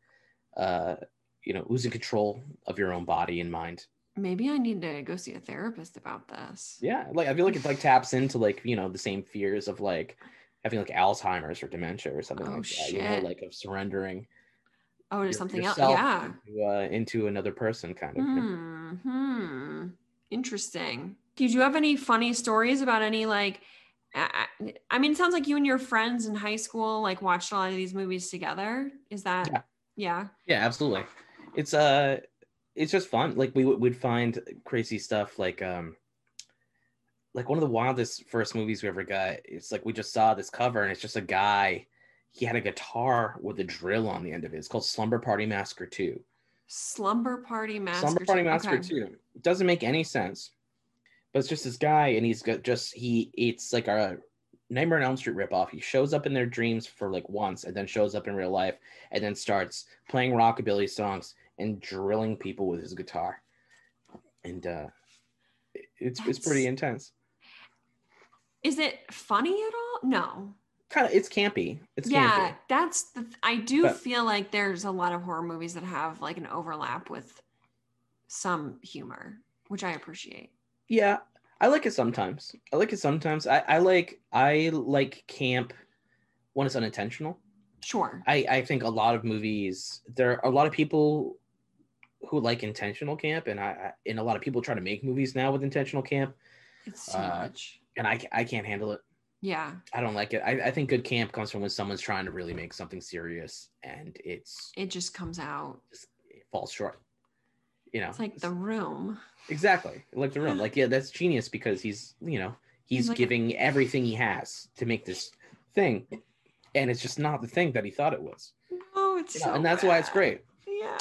Speaker 3: uh, you know, losing control of your own body and mind.
Speaker 2: maybe I need to go see a therapist about this.
Speaker 3: Yeah, like I feel like it like taps into like you know the same fears of like having like Alzheimer's or dementia or something
Speaker 2: Oh,
Speaker 3: like that. You know,
Speaker 2: shit.
Speaker 3: like of surrendering
Speaker 2: Oh,
Speaker 3: your-
Speaker 2: there's something else.
Speaker 3: yourself
Speaker 2: Yeah.
Speaker 3: into, uh, into another person, kind of. you know?
Speaker 2: Hmm. Interesting. Did you have any funny stories about any like? I I- I mean, it sounds like you and your friends in high school like watched a lot of these movies together. Is that?
Speaker 3: Yeah.
Speaker 2: Yeah.
Speaker 3: Yeah, absolutely. It's uh it's just fun. Like we would we'd find crazy stuff like um like one of the wildest first movies we ever got. It's like we just saw this cover and it's just a guy he had a guitar with a drill on the end of it. It's called Slumber Party Massacre 2.
Speaker 2: Slumber Party Massacre.
Speaker 3: Slumber Party Massacre
Speaker 2: Okay.
Speaker 3: 2. It doesn't make any sense. But it's just this guy and he's got just he it's like a Nightmare on Elm Street ripoff. He shows up in their dreams for like once and then shows up in real life and then starts playing rockabilly songs and drilling people with his guitar. And uh it- it's it's pretty
Speaker 2: That's-
Speaker 3: intense.
Speaker 2: Is it funny at all? No.
Speaker 3: Kind of it's campy. It's
Speaker 2: yeah,
Speaker 3: campy.
Speaker 2: that's. The, th- I do
Speaker 3: But-
Speaker 2: feel like there's a lot of horror movies that have like an overlap with some humor, which I appreciate.
Speaker 3: Yeah, I like it sometimes. I like it sometimes. I, I like I like camp when it's unintentional.
Speaker 2: Sure.
Speaker 3: I, I think a lot of movies there are a lot of people who like intentional camp and I, I and a lot of people try to make movies now with intentional camp
Speaker 2: It's too
Speaker 3: Uh,
Speaker 2: much.
Speaker 3: and I, ca- I can't handle it
Speaker 2: Yeah.
Speaker 3: i don't like it I, I think good camp comes from when someone's trying to really make something serious and it's
Speaker 2: It just comes out.
Speaker 3: it falls short you know
Speaker 2: It's like the room.
Speaker 3: exactly like the room like yeah that's genius because he's you know he's,
Speaker 2: He's like a-
Speaker 3: giving everything he has to make this thing and it's just not the thing that he thought it was
Speaker 2: Oh know. It's so
Speaker 3: and that's why it's
Speaker 2: bad.
Speaker 3: great.
Speaker 2: Yeah.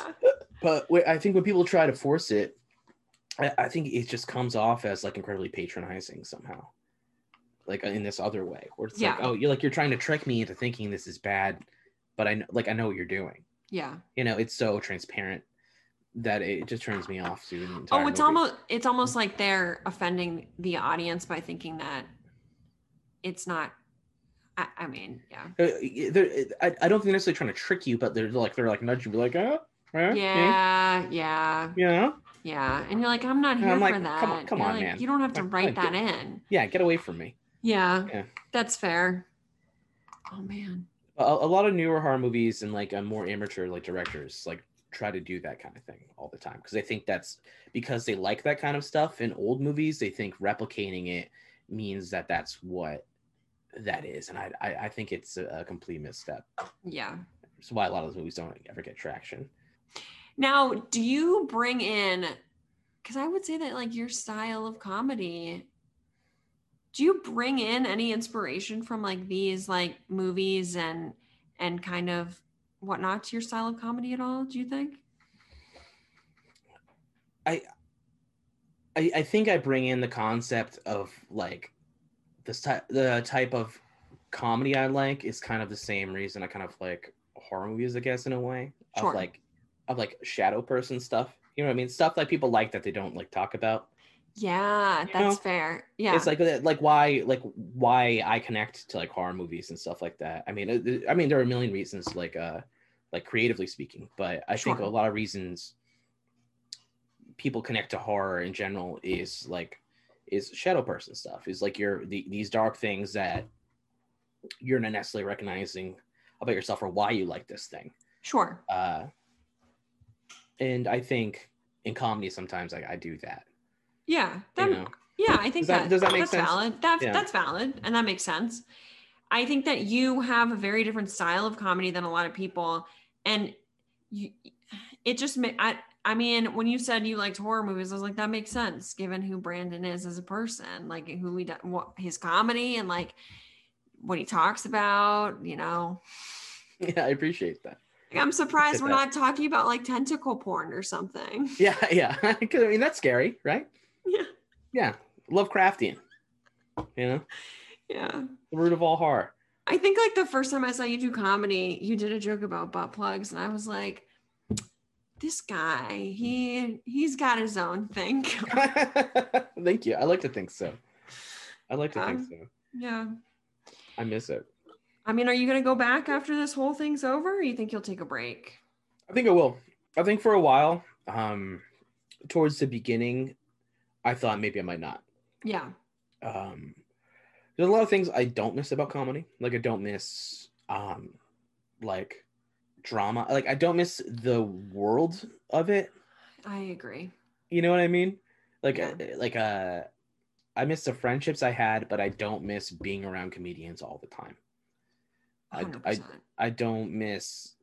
Speaker 3: But wh- I think when people try to force it, I, I think it just comes off as like incredibly patronizing somehow, like uh, in this other way, where it's
Speaker 2: Yeah.
Speaker 3: like, oh, you're like you're trying to trick me into thinking this is bad, but I know, like I know what you're doing.
Speaker 2: Yeah.
Speaker 3: You know, it's so transparent that it just turns me off to. An entire
Speaker 2: Oh, it's
Speaker 3: movie.
Speaker 2: almost it's almost like they're offending the audience by thinking that it's not. I, I mean, yeah.
Speaker 3: Uh, y- they're- I, I don't think they're necessarily trying to trick you, but they're like they're like nudging you, like, oh, huh, eh,
Speaker 2: Yeah, yeah,
Speaker 3: yeah,
Speaker 2: yeah. And you're like, I'm not
Speaker 3: And
Speaker 2: here
Speaker 3: I'm
Speaker 2: for
Speaker 3: like, come
Speaker 2: that.
Speaker 3: on- come
Speaker 2: You're
Speaker 3: on,
Speaker 2: like,
Speaker 3: man.
Speaker 2: You don't have to
Speaker 3: Like,
Speaker 2: write
Speaker 3: like,
Speaker 2: that in.
Speaker 3: yeah, get away from me.
Speaker 2: Yeah,
Speaker 3: Yeah.
Speaker 2: That's fair. Oh man.
Speaker 3: a, a lot of newer horror movies and like uh, more amateur like directors like try to do that kind of thing all the time because they think that's because they like that kind of stuff in old movies they think replicating it means that that's what that is and i i, I think it's a, a complete misstep
Speaker 2: Yeah.
Speaker 3: it's why a lot of those movies don't ever get traction
Speaker 2: Now, do you bring in cuz I would say that like your style of comedy do you bring in any inspiration from like these like movies and and kind of whatnot to your style of comedy at all, do you think?
Speaker 3: I, I think I bring in the concept of like this type the type of comedy I like is kind of the same reason I kind of like horror movies, I guess, in a way.
Speaker 2: Sure.
Speaker 3: Of like of like shadow person stuff. You know what I mean? Stuff that people like that they don't like talk about.
Speaker 2: Yeah,
Speaker 3: You
Speaker 2: that's
Speaker 3: know,
Speaker 2: fair. Yeah.
Speaker 3: It's like uh, like why like why I connect to like horror movies and stuff like that. I mean it- I mean there are a million reasons like uh like creatively speaking, but I think
Speaker 2: Sure.
Speaker 3: a lot of reasons people connect to horror in general is like is shadow person stuff is like your the, these dark things that you're not necessarily recognizing about yourself or why you like this thing
Speaker 2: sure.
Speaker 3: uh and i think in comedy sometimes like i do that
Speaker 2: Yeah.
Speaker 3: you
Speaker 2: That,
Speaker 3: know
Speaker 2: Yeah, I think
Speaker 3: Does that-
Speaker 2: that,
Speaker 3: does that make
Speaker 2: that's
Speaker 3: sense?
Speaker 2: valid. That,
Speaker 3: Yeah.
Speaker 2: That's valid, and that makes sense. I think that you have a very different style of comedy than a lot of people, and you, it just ma- I I mean, when you said you liked horror movies, I was like, that makes sense given who Brandon is as a person, like who he do- what his comedy and like what he talks about. You know,
Speaker 3: yeah i appreciate that
Speaker 2: Like, I'm surprised
Speaker 3: Get
Speaker 2: we're
Speaker 3: that.
Speaker 2: not talking about like tentacle porn or something.
Speaker 3: yeah yeah 'Cause, i mean that's scary right
Speaker 2: Yeah.
Speaker 3: yeah lovecraftian you know
Speaker 2: Yeah.
Speaker 3: the root of all horror
Speaker 2: I think like the first time I saw you do comedy, you did a joke about butt plugs, and I was like, this guy, he he's got his own thing.
Speaker 3: thank you i like to think so i like to
Speaker 2: Um,
Speaker 3: think so
Speaker 2: yeah.
Speaker 3: i miss it
Speaker 2: I mean, are you gonna go back after this whole thing's over, or you think you'll take a break?
Speaker 3: I think I will. I think for a while, um, towards the beginning, I thought maybe I might not.
Speaker 2: Yeah.
Speaker 3: Um, there's a lot of things I don't miss about comedy. Like I don't miss um, like drama. Like I don't miss the world of it.
Speaker 2: I agree.
Speaker 3: You know what I mean? Like
Speaker 2: Yeah.
Speaker 3: uh, like uh, I miss the friendships I had, but I don't miss being around comedians all the time. I- I-
Speaker 2: 100%.
Speaker 3: I don't miss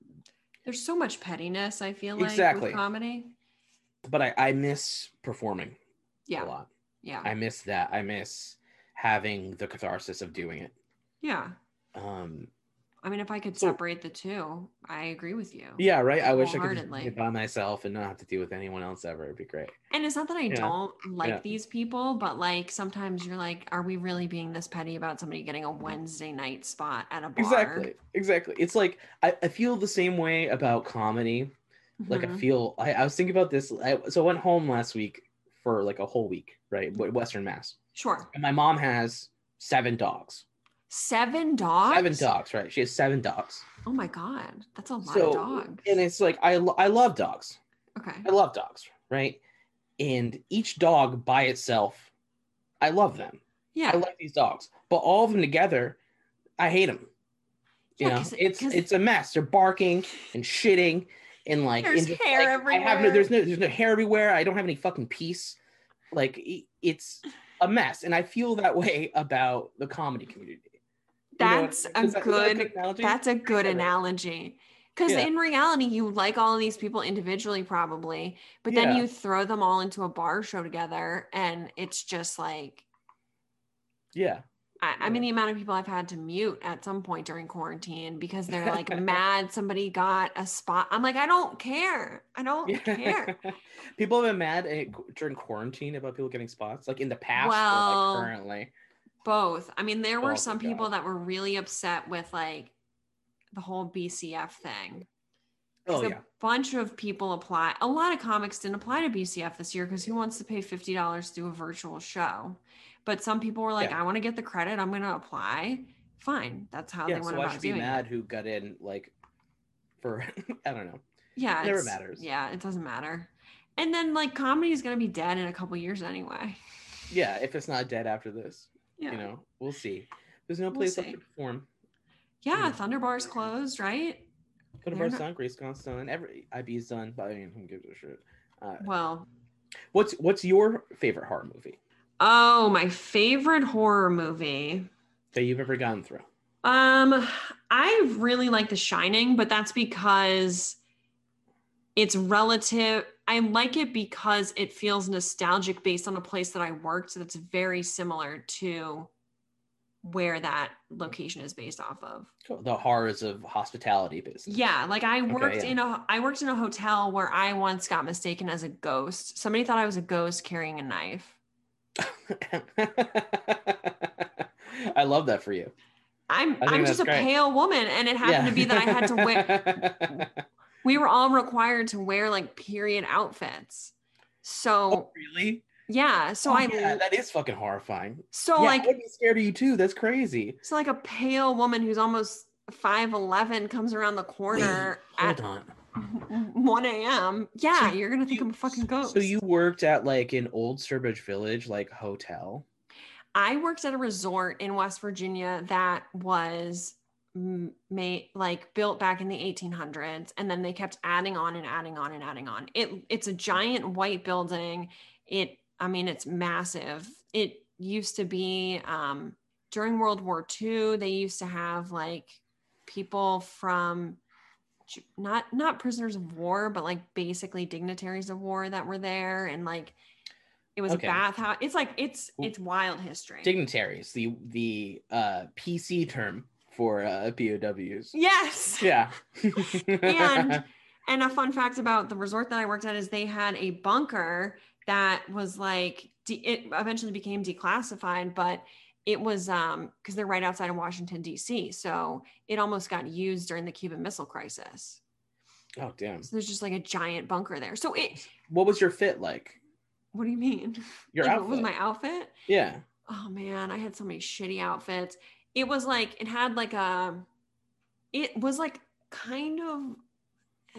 Speaker 2: There's so much pettiness, I feel like
Speaker 3: Exactly.
Speaker 2: with comedy.
Speaker 3: but I, I miss performing a
Speaker 2: Yeah.
Speaker 3: lot.
Speaker 2: Yeah.
Speaker 3: I miss that. I miss having the catharsis of doing it.
Speaker 2: Yeah.
Speaker 3: Um,
Speaker 2: I mean, if I could
Speaker 3: So-
Speaker 2: separate the two, I agree with you.
Speaker 3: yeah, right. I wish I could just
Speaker 2: Oh. Wholeheartedly.
Speaker 3: be by myself and not have to deal with anyone else ever. It'd be great.
Speaker 2: And it's not that I
Speaker 3: Yeah.
Speaker 2: don't like
Speaker 3: Yeah.
Speaker 2: these people, but like sometimes you're like, are we really being this petty about somebody getting a Wednesday night spot at a bar?
Speaker 3: Exactly. Exactly. It's like I, I feel the same way about comedy. Like I
Speaker 2: Mhm.
Speaker 3: feel I, I was thinking about this. I, so I went home last week for like a whole week, right? W- Western Mass.
Speaker 2: sure.
Speaker 3: And my mom has seven dogs.
Speaker 2: Seven dogs.
Speaker 3: Seven dogs, right? She has seven dogs.
Speaker 2: Oh my god, that's a lot
Speaker 3: So-
Speaker 2: of Oh, dogs.
Speaker 3: And it's like I lo- I love dogs.
Speaker 2: okay.
Speaker 3: I love dogs, right? And each dog by itself, I love them. I
Speaker 2: Yeah.
Speaker 3: love these dogs, but all of them together, I hate them.
Speaker 2: Yeah,
Speaker 3: You know,
Speaker 2: 'cause-
Speaker 3: it's
Speaker 2: 'cause-
Speaker 3: it's a mess. They're barking and shitting and like
Speaker 2: There's
Speaker 3: and just,
Speaker 2: hair
Speaker 3: like, I have no,
Speaker 2: everywhere.
Speaker 3: there's no there's no hair everywhere. I don't have any fucking peace. Like i- it's a mess, and I feel that way about the comedy community. You know what I
Speaker 2: That's
Speaker 3: mean?
Speaker 2: a
Speaker 3: Is that- is that
Speaker 2: good
Speaker 3: good analogy?
Speaker 2: That's a good
Speaker 3: Yeah.
Speaker 2: analogy. Because
Speaker 3: Yeah.
Speaker 2: in reality, you like all of these people individually, probably, but then
Speaker 3: Yeah.
Speaker 2: you throw them all into a bar show together, and it's just like
Speaker 3: yeah.
Speaker 2: I, I mean, the amount of people I've had to mute at some point during quarantine because they're like mad somebody got a spot. I'm like, I don't care. I don't care.
Speaker 3: people have been mad at, during quarantine about people getting spots, like in the past, or
Speaker 2: Well,
Speaker 3: like currently.
Speaker 2: Both. I mean, there
Speaker 3: Oh,
Speaker 2: were some
Speaker 3: God.
Speaker 2: people that were really upset with like the whole BCF thing. 'Cause
Speaker 3: Oh
Speaker 2: a
Speaker 3: yeah,
Speaker 2: bunch of people apply. A lot of comics didn't apply to BCF this year because who wants to pay fifty dollars to do a virtual show? But some people were like,
Speaker 3: Yeah.
Speaker 2: "I want to get the credit. I'm going to apply." Fine, that's how
Speaker 3: yeah.
Speaker 2: they went
Speaker 3: So I
Speaker 2: about
Speaker 3: should be
Speaker 2: doing it.
Speaker 3: mad who got in like for I don't know.
Speaker 2: Yeah,
Speaker 3: Never
Speaker 2: it's-
Speaker 3: matters.
Speaker 2: Yeah, it doesn't matter. And then like comedy is going to be dead in a couple years anyway.
Speaker 3: Yeah, if it's not dead after this,
Speaker 2: Yeah,
Speaker 3: you know, we'll see. There's no
Speaker 2: We'll
Speaker 3: place left
Speaker 2: see.
Speaker 3: to perform.
Speaker 2: yeah.
Speaker 3: Yeah.
Speaker 2: Thunderbar's closed, right?
Speaker 3: Go to
Speaker 2: They're
Speaker 3: Bar's
Speaker 2: not-
Speaker 3: done, Grace Gaunt's done, every IB's done, but I mean, who gives a shit? Uh,
Speaker 2: Well,
Speaker 3: what's what's your favorite horror movie
Speaker 2: oh, my favorite horror movie.
Speaker 3: that you've ever gone through?
Speaker 2: Um, I really like The Shining, but that's because it's relative. I like it because it feels nostalgic based on a place that I worked that's very similar to where that location is based off of.
Speaker 3: The horrors of hospitality business.
Speaker 2: Yeah, like I
Speaker 3: Okay,
Speaker 2: worked
Speaker 3: yeah.
Speaker 2: in a I worked in a hotel where I once got mistaken as a ghost. Somebody thought I was a ghost carrying a knife.
Speaker 3: I love that for you.
Speaker 2: I'm
Speaker 3: I think
Speaker 2: I'm
Speaker 3: that's
Speaker 2: just a
Speaker 3: great.
Speaker 2: pale woman and it happened to be that I had to wear
Speaker 3: wear.
Speaker 2: we were all required to wear like period outfits. So
Speaker 3: Oh, really?
Speaker 2: yeah, so
Speaker 3: Oh,
Speaker 2: I
Speaker 3: yeah, that is fucking horrifying.
Speaker 2: so
Speaker 3: yeah,
Speaker 2: like
Speaker 3: I'd be scared of you too. That's crazy.
Speaker 2: so like a pale woman who's almost five eleven comes around the corner
Speaker 3: Hold
Speaker 2: at
Speaker 3: on.
Speaker 2: one a.m. Yeah, you're gonna think
Speaker 3: you-
Speaker 2: I'm a fucking ghost.
Speaker 3: So you worked at like an old Sturbridge Village like hotel.
Speaker 2: I worked at a resort in West Virginia that was m- made like built back in the 1800s and then they kept adding on and adding on and adding on. It it's a giant white building. It I mean it's massive. It used to be um during World War II they used to have like people from J- not not prisoners of war but like basically dignitaries of war that were there and like it was
Speaker 3: Okay.
Speaker 2: a bathhouse. It's like it's
Speaker 3: Oop.
Speaker 2: it's wild history.
Speaker 3: Dignitaries, the the uh, PC term for uh, POWs.
Speaker 2: yes.
Speaker 3: Yeah.
Speaker 2: And- And a fun fact about the resort that I worked at is they had a bunker that was like de- it eventually became declassified, but it was um because they're right outside of Washington D.C. So it almost got used during the Cuban Missile Crisis.
Speaker 3: oh damn.
Speaker 2: So there's just like a giant bunker there. So it.
Speaker 3: What was your fit like?
Speaker 2: What do you mean?
Speaker 3: Your
Speaker 2: Like,
Speaker 3: outfit.
Speaker 2: What was my outfit?
Speaker 3: yeah.
Speaker 2: oh man, I had so many shitty outfits. It was like it had like a it was like kind of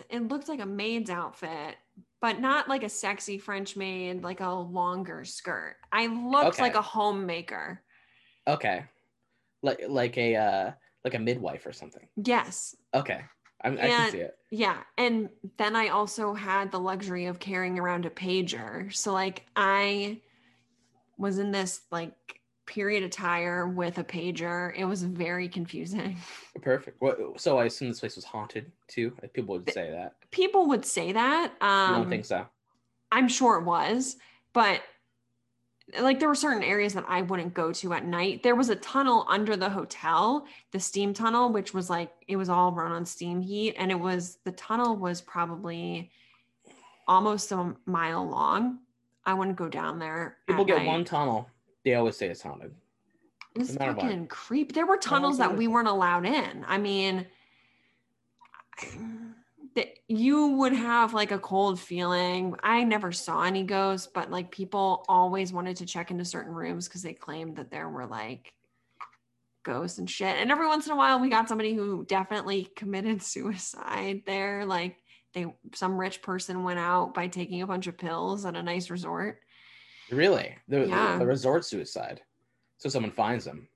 Speaker 2: it looked like a maid's outfit, but not like a sexy French maid, like a longer skirt. I looked
Speaker 3: Okay.
Speaker 2: like a homemaker.
Speaker 3: Okay. Like like a uh, like a midwife or something.
Speaker 2: Yes.
Speaker 3: Okay. I, I can
Speaker 2: And-
Speaker 3: see it.
Speaker 2: Yeah. And then I also had the luxury of carrying around a pager. So like I was in this like period attire with a pager. It was very confusing.
Speaker 3: Perfect. What, so I assume this place was haunted too. Like, people would say that.
Speaker 2: people would say that.
Speaker 3: You
Speaker 2: Um,
Speaker 3: don't think so?
Speaker 2: I'm sure it was, but like there were certain areas that I wouldn't go to at night. There was a tunnel under the hotel, the steam tunnel, which was like it was all run on steam heat, and it was the tunnel was probably almost a mile long. I wouldn't go down there. at
Speaker 3: People get
Speaker 2: night.
Speaker 3: one tunnel. They always say it's haunted.
Speaker 2: It was
Speaker 3: no matter what.
Speaker 2: fucking creep. There were tunnels that we
Speaker 3: absolutely.
Speaker 2: weren't allowed in. I mean, that you would have like a cold feeling. I never saw any ghosts, but like people always wanted to check into certain rooms because they claimed that there were like ghosts and shit. And every once in a while, we got somebody who definitely committed suicide there. Like they, some rich person went out by taking a bunch of pills at a nice resort.
Speaker 3: Really? The,
Speaker 2: Yeah.
Speaker 3: the resort suicide. So someone finds them.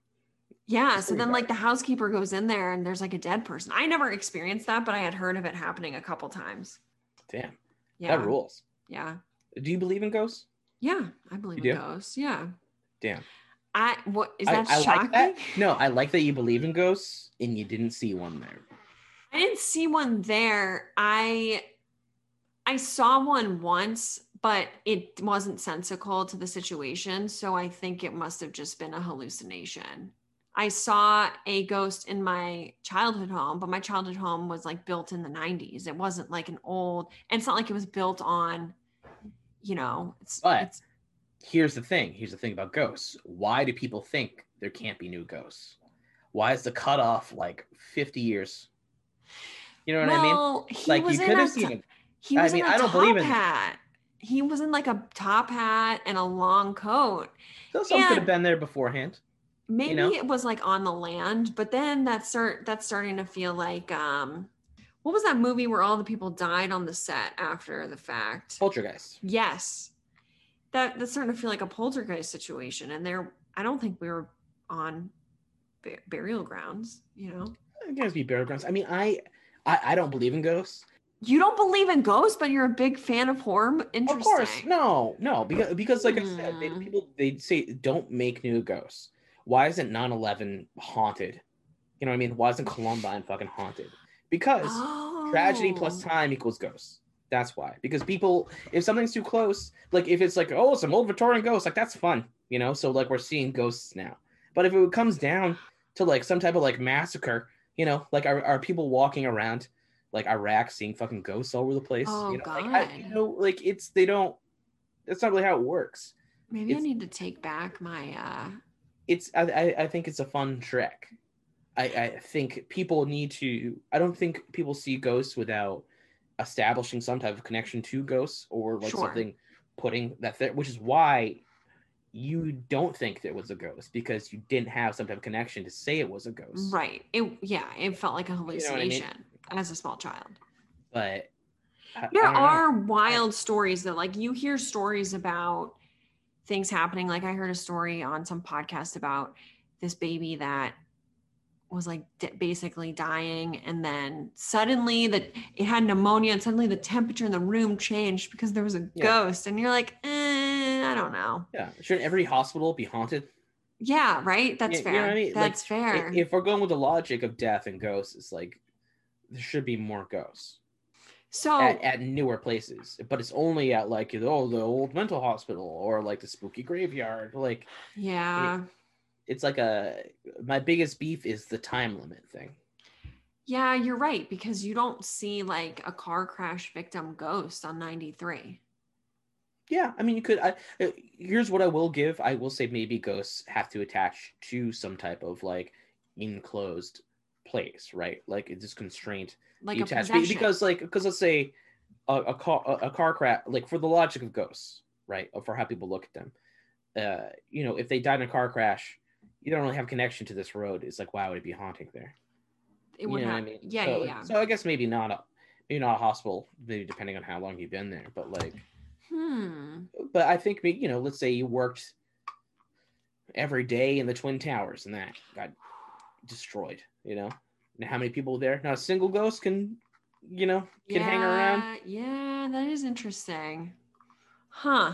Speaker 2: Yeah.
Speaker 3: That's
Speaker 2: So
Speaker 3: pretty
Speaker 2: then, like, the
Speaker 3: bad.
Speaker 2: housekeeper goes in there and there's like a dead person. I never experienced that, but I had heard of it happening a couple times.
Speaker 3: Damn.
Speaker 2: Yeah.
Speaker 3: That rules.
Speaker 2: Yeah.
Speaker 3: Do you believe in ghosts?
Speaker 2: Yeah. I believe
Speaker 3: You
Speaker 2: in
Speaker 3: do?
Speaker 2: ghosts. Yeah.
Speaker 3: Damn.
Speaker 2: I, what is
Speaker 3: I-
Speaker 2: that
Speaker 3: I,
Speaker 2: shocking?
Speaker 3: like that. No, I like that you believe in ghosts and you didn't see one there.
Speaker 2: I didn't see one there. I, I saw one once, but it wasn't sensical to the situation. So I think it must have just been a hallucination. I saw a ghost in my childhood home, but my childhood home was like built in the 90s. It wasn't like an old, and it's not like it was built on, you know, it's,
Speaker 3: But-
Speaker 2: it's
Speaker 3: here's the thing here's the thing about ghosts why do people think there can't be new ghosts why is the cutoff like 50 years you know what i mean
Speaker 2: well, he
Speaker 3: like
Speaker 2: was
Speaker 3: you
Speaker 2: in
Speaker 3: could
Speaker 2: a
Speaker 3: have
Speaker 2: t-
Speaker 3: seen it
Speaker 2: he
Speaker 3: I
Speaker 2: was
Speaker 3: mean,
Speaker 2: in a
Speaker 3: I don't
Speaker 2: top
Speaker 3: believe in-
Speaker 2: hat. He was in like a top hat and a long coat.
Speaker 3: so some could have
Speaker 2: and-
Speaker 3: been there beforehand
Speaker 2: Maybe
Speaker 3: know?
Speaker 2: it was like on the land, but then that's start that's starting to feel like um what was that movie where all the people died on the set after the fact?
Speaker 3: poltergeist
Speaker 2: Yes. That that's starting to feel like a poltergeist situation. And there I don't think we were on bu- burial grounds, you know.
Speaker 3: it can't be burial grounds i mean I, I i don't believe in ghosts
Speaker 2: You don't believe in ghosts, but you're a big fan of horror. m- Interesting.
Speaker 3: of course no no because because like i said they,
Speaker 2: Hmm.
Speaker 3: people they say don't make new ghosts why isn't 9-11 haunted you know what i mean why isn't columbine fucking haunted because Tragedy plus
Speaker 2: Oh.
Speaker 3: time equals ghosts. That's why. Because people, if something's too close, like if it's like, oh, some old Victorian ghost, like that's fun, you know? So like we're seeing ghosts now. But if it comes down to like some type of like massacre, you know, like are, are people walking around like Iraq seeing fucking ghosts all over the place?
Speaker 2: Oh,
Speaker 3: you know? Like, I, you
Speaker 2: God.
Speaker 3: know, like it's, they don't, that's not really how it works.
Speaker 2: Maybe I
Speaker 3: It's-
Speaker 2: need to take back my uh
Speaker 3: It's, I, I, I think it's a fun trick. I, I think people need to, I don't think people see ghosts without establishing some type of connection to ghosts or like
Speaker 2: Sure.
Speaker 3: something putting that there, which is why you don't think there was a ghost because you didn't have some type of connection to say it was a ghost.
Speaker 2: right. It yeah, it felt like a
Speaker 3: what I mean?
Speaker 2: hallucination as a small child.
Speaker 3: But I- I
Speaker 2: There
Speaker 3: don't know.
Speaker 2: are wild stories though. Like you hear stories about things happening. Like I heard a story on some podcast about this baby that was like d- basically dying, and then suddenly that it had pneumonia, and suddenly the temperature in the room changed because there was a
Speaker 3: Yeah.
Speaker 2: ghost, and you're like, eh, I don't know.
Speaker 3: Yeah. Shouldn't every hospital be haunted?
Speaker 2: Yeah, right. That's
Speaker 3: you know
Speaker 2: fair.
Speaker 3: what I mean? Like,
Speaker 2: That's
Speaker 3: I-
Speaker 2: fair.
Speaker 3: If we're going with the logic of death and ghosts, it's like there should be more ghosts
Speaker 2: so
Speaker 3: at, at newer places, but it's only at like you know, the old mental hospital or like the spooky graveyard. Like
Speaker 2: yeah.
Speaker 3: it's like a my biggest beef is the time limit thing.
Speaker 2: Yeah, you're right because you don't see like a car crash victim ghost on 93.
Speaker 3: Yeah, I mean, you could. I, uh, here's what I will give. I will say maybe ghosts have to attach to some type of like enclosed place, right? Like it's just constraint.
Speaker 2: Like
Speaker 3: you
Speaker 2: a
Speaker 3: attach
Speaker 2: possession.
Speaker 3: be- because, like, because let's say a, a car a, a car crash, like for the logic of ghosts, right? For how people look at them, uh, you know, if they died in a car crash, you don't really have a connection to this road. It's like, why would it be haunting there?
Speaker 2: it would
Speaker 3: you know
Speaker 2: not.
Speaker 3: what I mean?
Speaker 2: Yeah,
Speaker 3: so,
Speaker 2: yeah, yeah.
Speaker 3: So I guess maybe not a maybe not a hospital, maybe depending on how long you've been there, but like
Speaker 2: Hmm.
Speaker 3: but I think me- you know, let's say you worked every day in the Twin Towers and that got destroyed, you know. And how many people were there? Not a single ghost can, you know, can hang around.
Speaker 2: Yeah, that is interesting. Huh.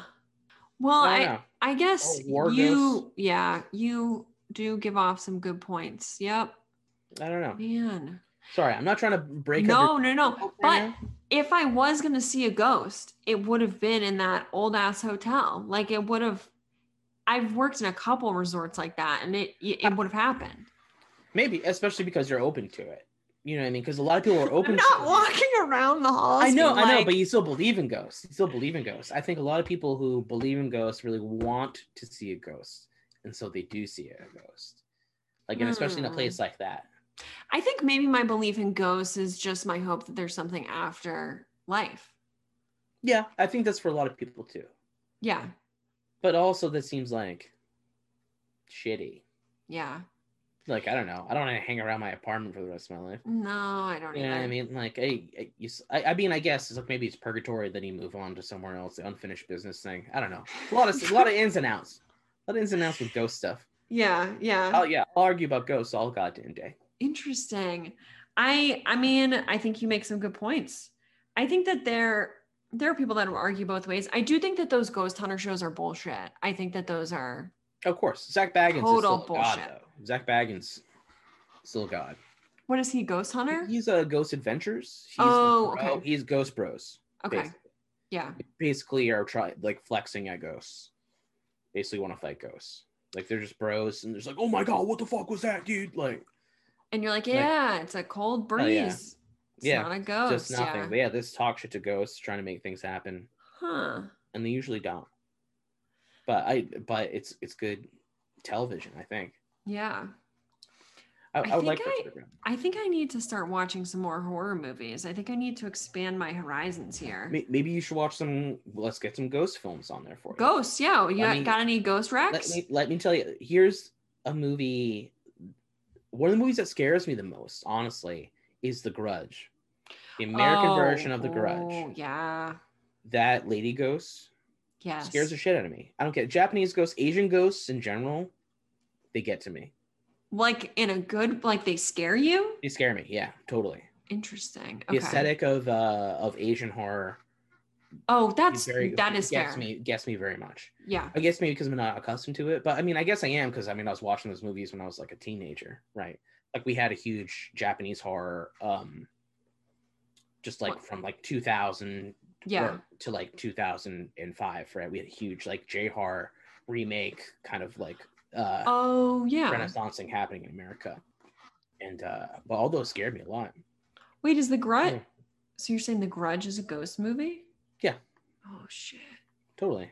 Speaker 2: Well,
Speaker 3: I
Speaker 2: I,
Speaker 3: don't know.
Speaker 2: I, guess
Speaker 3: Oh, war
Speaker 2: you
Speaker 3: ghosts.
Speaker 2: yeah, you do give off some good points. Yep.
Speaker 3: I don't know.
Speaker 2: Man.
Speaker 3: Sorry, I'm not trying to break up
Speaker 2: No, no,
Speaker 3: your-
Speaker 2: no. But if I was going to see a ghost, it would have been in that old ass hotel. Like it would have, I've worked in a couple resorts like that and it, it would have happened.
Speaker 3: maybe especially because you're open to it. You know what I mean? Because a lot of people are open
Speaker 2: I'm
Speaker 3: to
Speaker 2: not
Speaker 3: it.
Speaker 2: walking around the halls.
Speaker 3: I know,
Speaker 2: being
Speaker 3: I know,
Speaker 2: like,
Speaker 3: but you still believe in ghosts. You still believe in ghosts. I think a lot of people who believe in ghosts really want to see a ghost, and so they do see a ghost, like and especially in a
Speaker 2: Hmm.
Speaker 3: place like that.
Speaker 2: I think maybe my belief in ghosts is just my hope that there's something after life.
Speaker 3: Yeah, I think that's for a lot of people too.
Speaker 2: Yeah.
Speaker 3: But also, that seems like shitty.
Speaker 2: Yeah.
Speaker 3: Like I don't know. I don't want to hang around my apartment for the rest of my life.
Speaker 2: No, I don't
Speaker 3: You know
Speaker 2: either.
Speaker 3: what I mean? Like, I, I, you, s- I, I mean, I guess it's like maybe it's purgatory. Then you move on to somewhere else, the unfinished business thing. I don't know. A lot of a lot of ins and outs. A lot of ins and outs with ghost stuff.
Speaker 2: Yeah. Yeah.
Speaker 3: Oh yeah, I'll argue about ghosts all goddamn day.
Speaker 2: Interesting. I I mean, I think you make some good points. I think that there there are people that will argue both ways. I do think that those ghost hunter shows are bullshit. I think that those are
Speaker 3: Of course, Zach Baggins
Speaker 2: Total
Speaker 3: is still a god
Speaker 2: bullshit.
Speaker 3: though. Zach Baggins, still a god.
Speaker 2: what is he, ghost hunter?
Speaker 3: He's a Ghost Adventures. He's
Speaker 2: Oh,
Speaker 3: the bro-
Speaker 2: okay.
Speaker 3: He's Ghost Bros.
Speaker 2: Okay.
Speaker 3: basically.
Speaker 2: Yeah.
Speaker 3: basically are trying like flexing at ghosts. Basically want to fight ghosts. Like they're just bros and there's like, oh my god, what the fuck was that, dude? Like
Speaker 2: And you're like, yeah, it's a cold breeze.
Speaker 3: Oh, yeah.
Speaker 2: It's
Speaker 3: Yeah,
Speaker 2: not a ghost.
Speaker 3: just nothing.
Speaker 2: Oh, Yeah.
Speaker 3: But yeah, this talk shit to ghosts, trying to make things happen,
Speaker 2: Huh.
Speaker 3: and they usually don't. But I but it's it's good television, I think.
Speaker 2: Yeah.
Speaker 3: I, I,
Speaker 2: I think
Speaker 3: would like this
Speaker 2: I-
Speaker 3: program.
Speaker 2: I think I need to start watching some more horror movies. I think I need to expand my horizons here.
Speaker 3: May- Maybe you should watch some. Let's get some ghost films on there for you.
Speaker 2: Ghosts, yeah. You
Speaker 3: Let me-
Speaker 2: got any ghost
Speaker 3: Let
Speaker 2: wrecks?
Speaker 3: me let me tell you. Here's a movie. One of the movies that scares me the most, honestly, is The Grudge, the American
Speaker 2: Oh,
Speaker 3: version of The
Speaker 2: oh,
Speaker 3: Grudge.
Speaker 2: Yeah.
Speaker 3: That lady ghost
Speaker 2: Yes.
Speaker 3: scares the shit out of me. I don't care. Japanese ghosts, Asian ghosts in general, they get to me.
Speaker 2: like in a good like they scare you?
Speaker 3: They scare me. Yeah, totally.
Speaker 2: Interesting.
Speaker 3: The
Speaker 2: Okay.
Speaker 3: aesthetic of uh of Asian horror
Speaker 2: oh,
Speaker 3: is
Speaker 2: that's
Speaker 3: very
Speaker 2: that is
Speaker 3: gets
Speaker 2: fair.
Speaker 3: me gets me very much.
Speaker 2: Yeah.
Speaker 3: I guess maybe because I'm not accustomed to it, but I mean, I guess I am because I mean, I was watching those movies when I was like a teenager, right? Like we had a huge Japanese horror, um, just like
Speaker 2: What?
Speaker 3: from like 2000
Speaker 2: Yeah.
Speaker 3: or uh, to like 2005, right? We had a huge like J horror remake kind of like uh,
Speaker 2: Oh yeah.
Speaker 3: renaissance thing happening in America, and uh, but all those scared me a lot.
Speaker 2: Wait, is the grudge?
Speaker 3: Yeah.
Speaker 2: So you're saying the Grudge is a ghost movie?
Speaker 3: Yeah.
Speaker 2: Oh shit,
Speaker 3: Totally.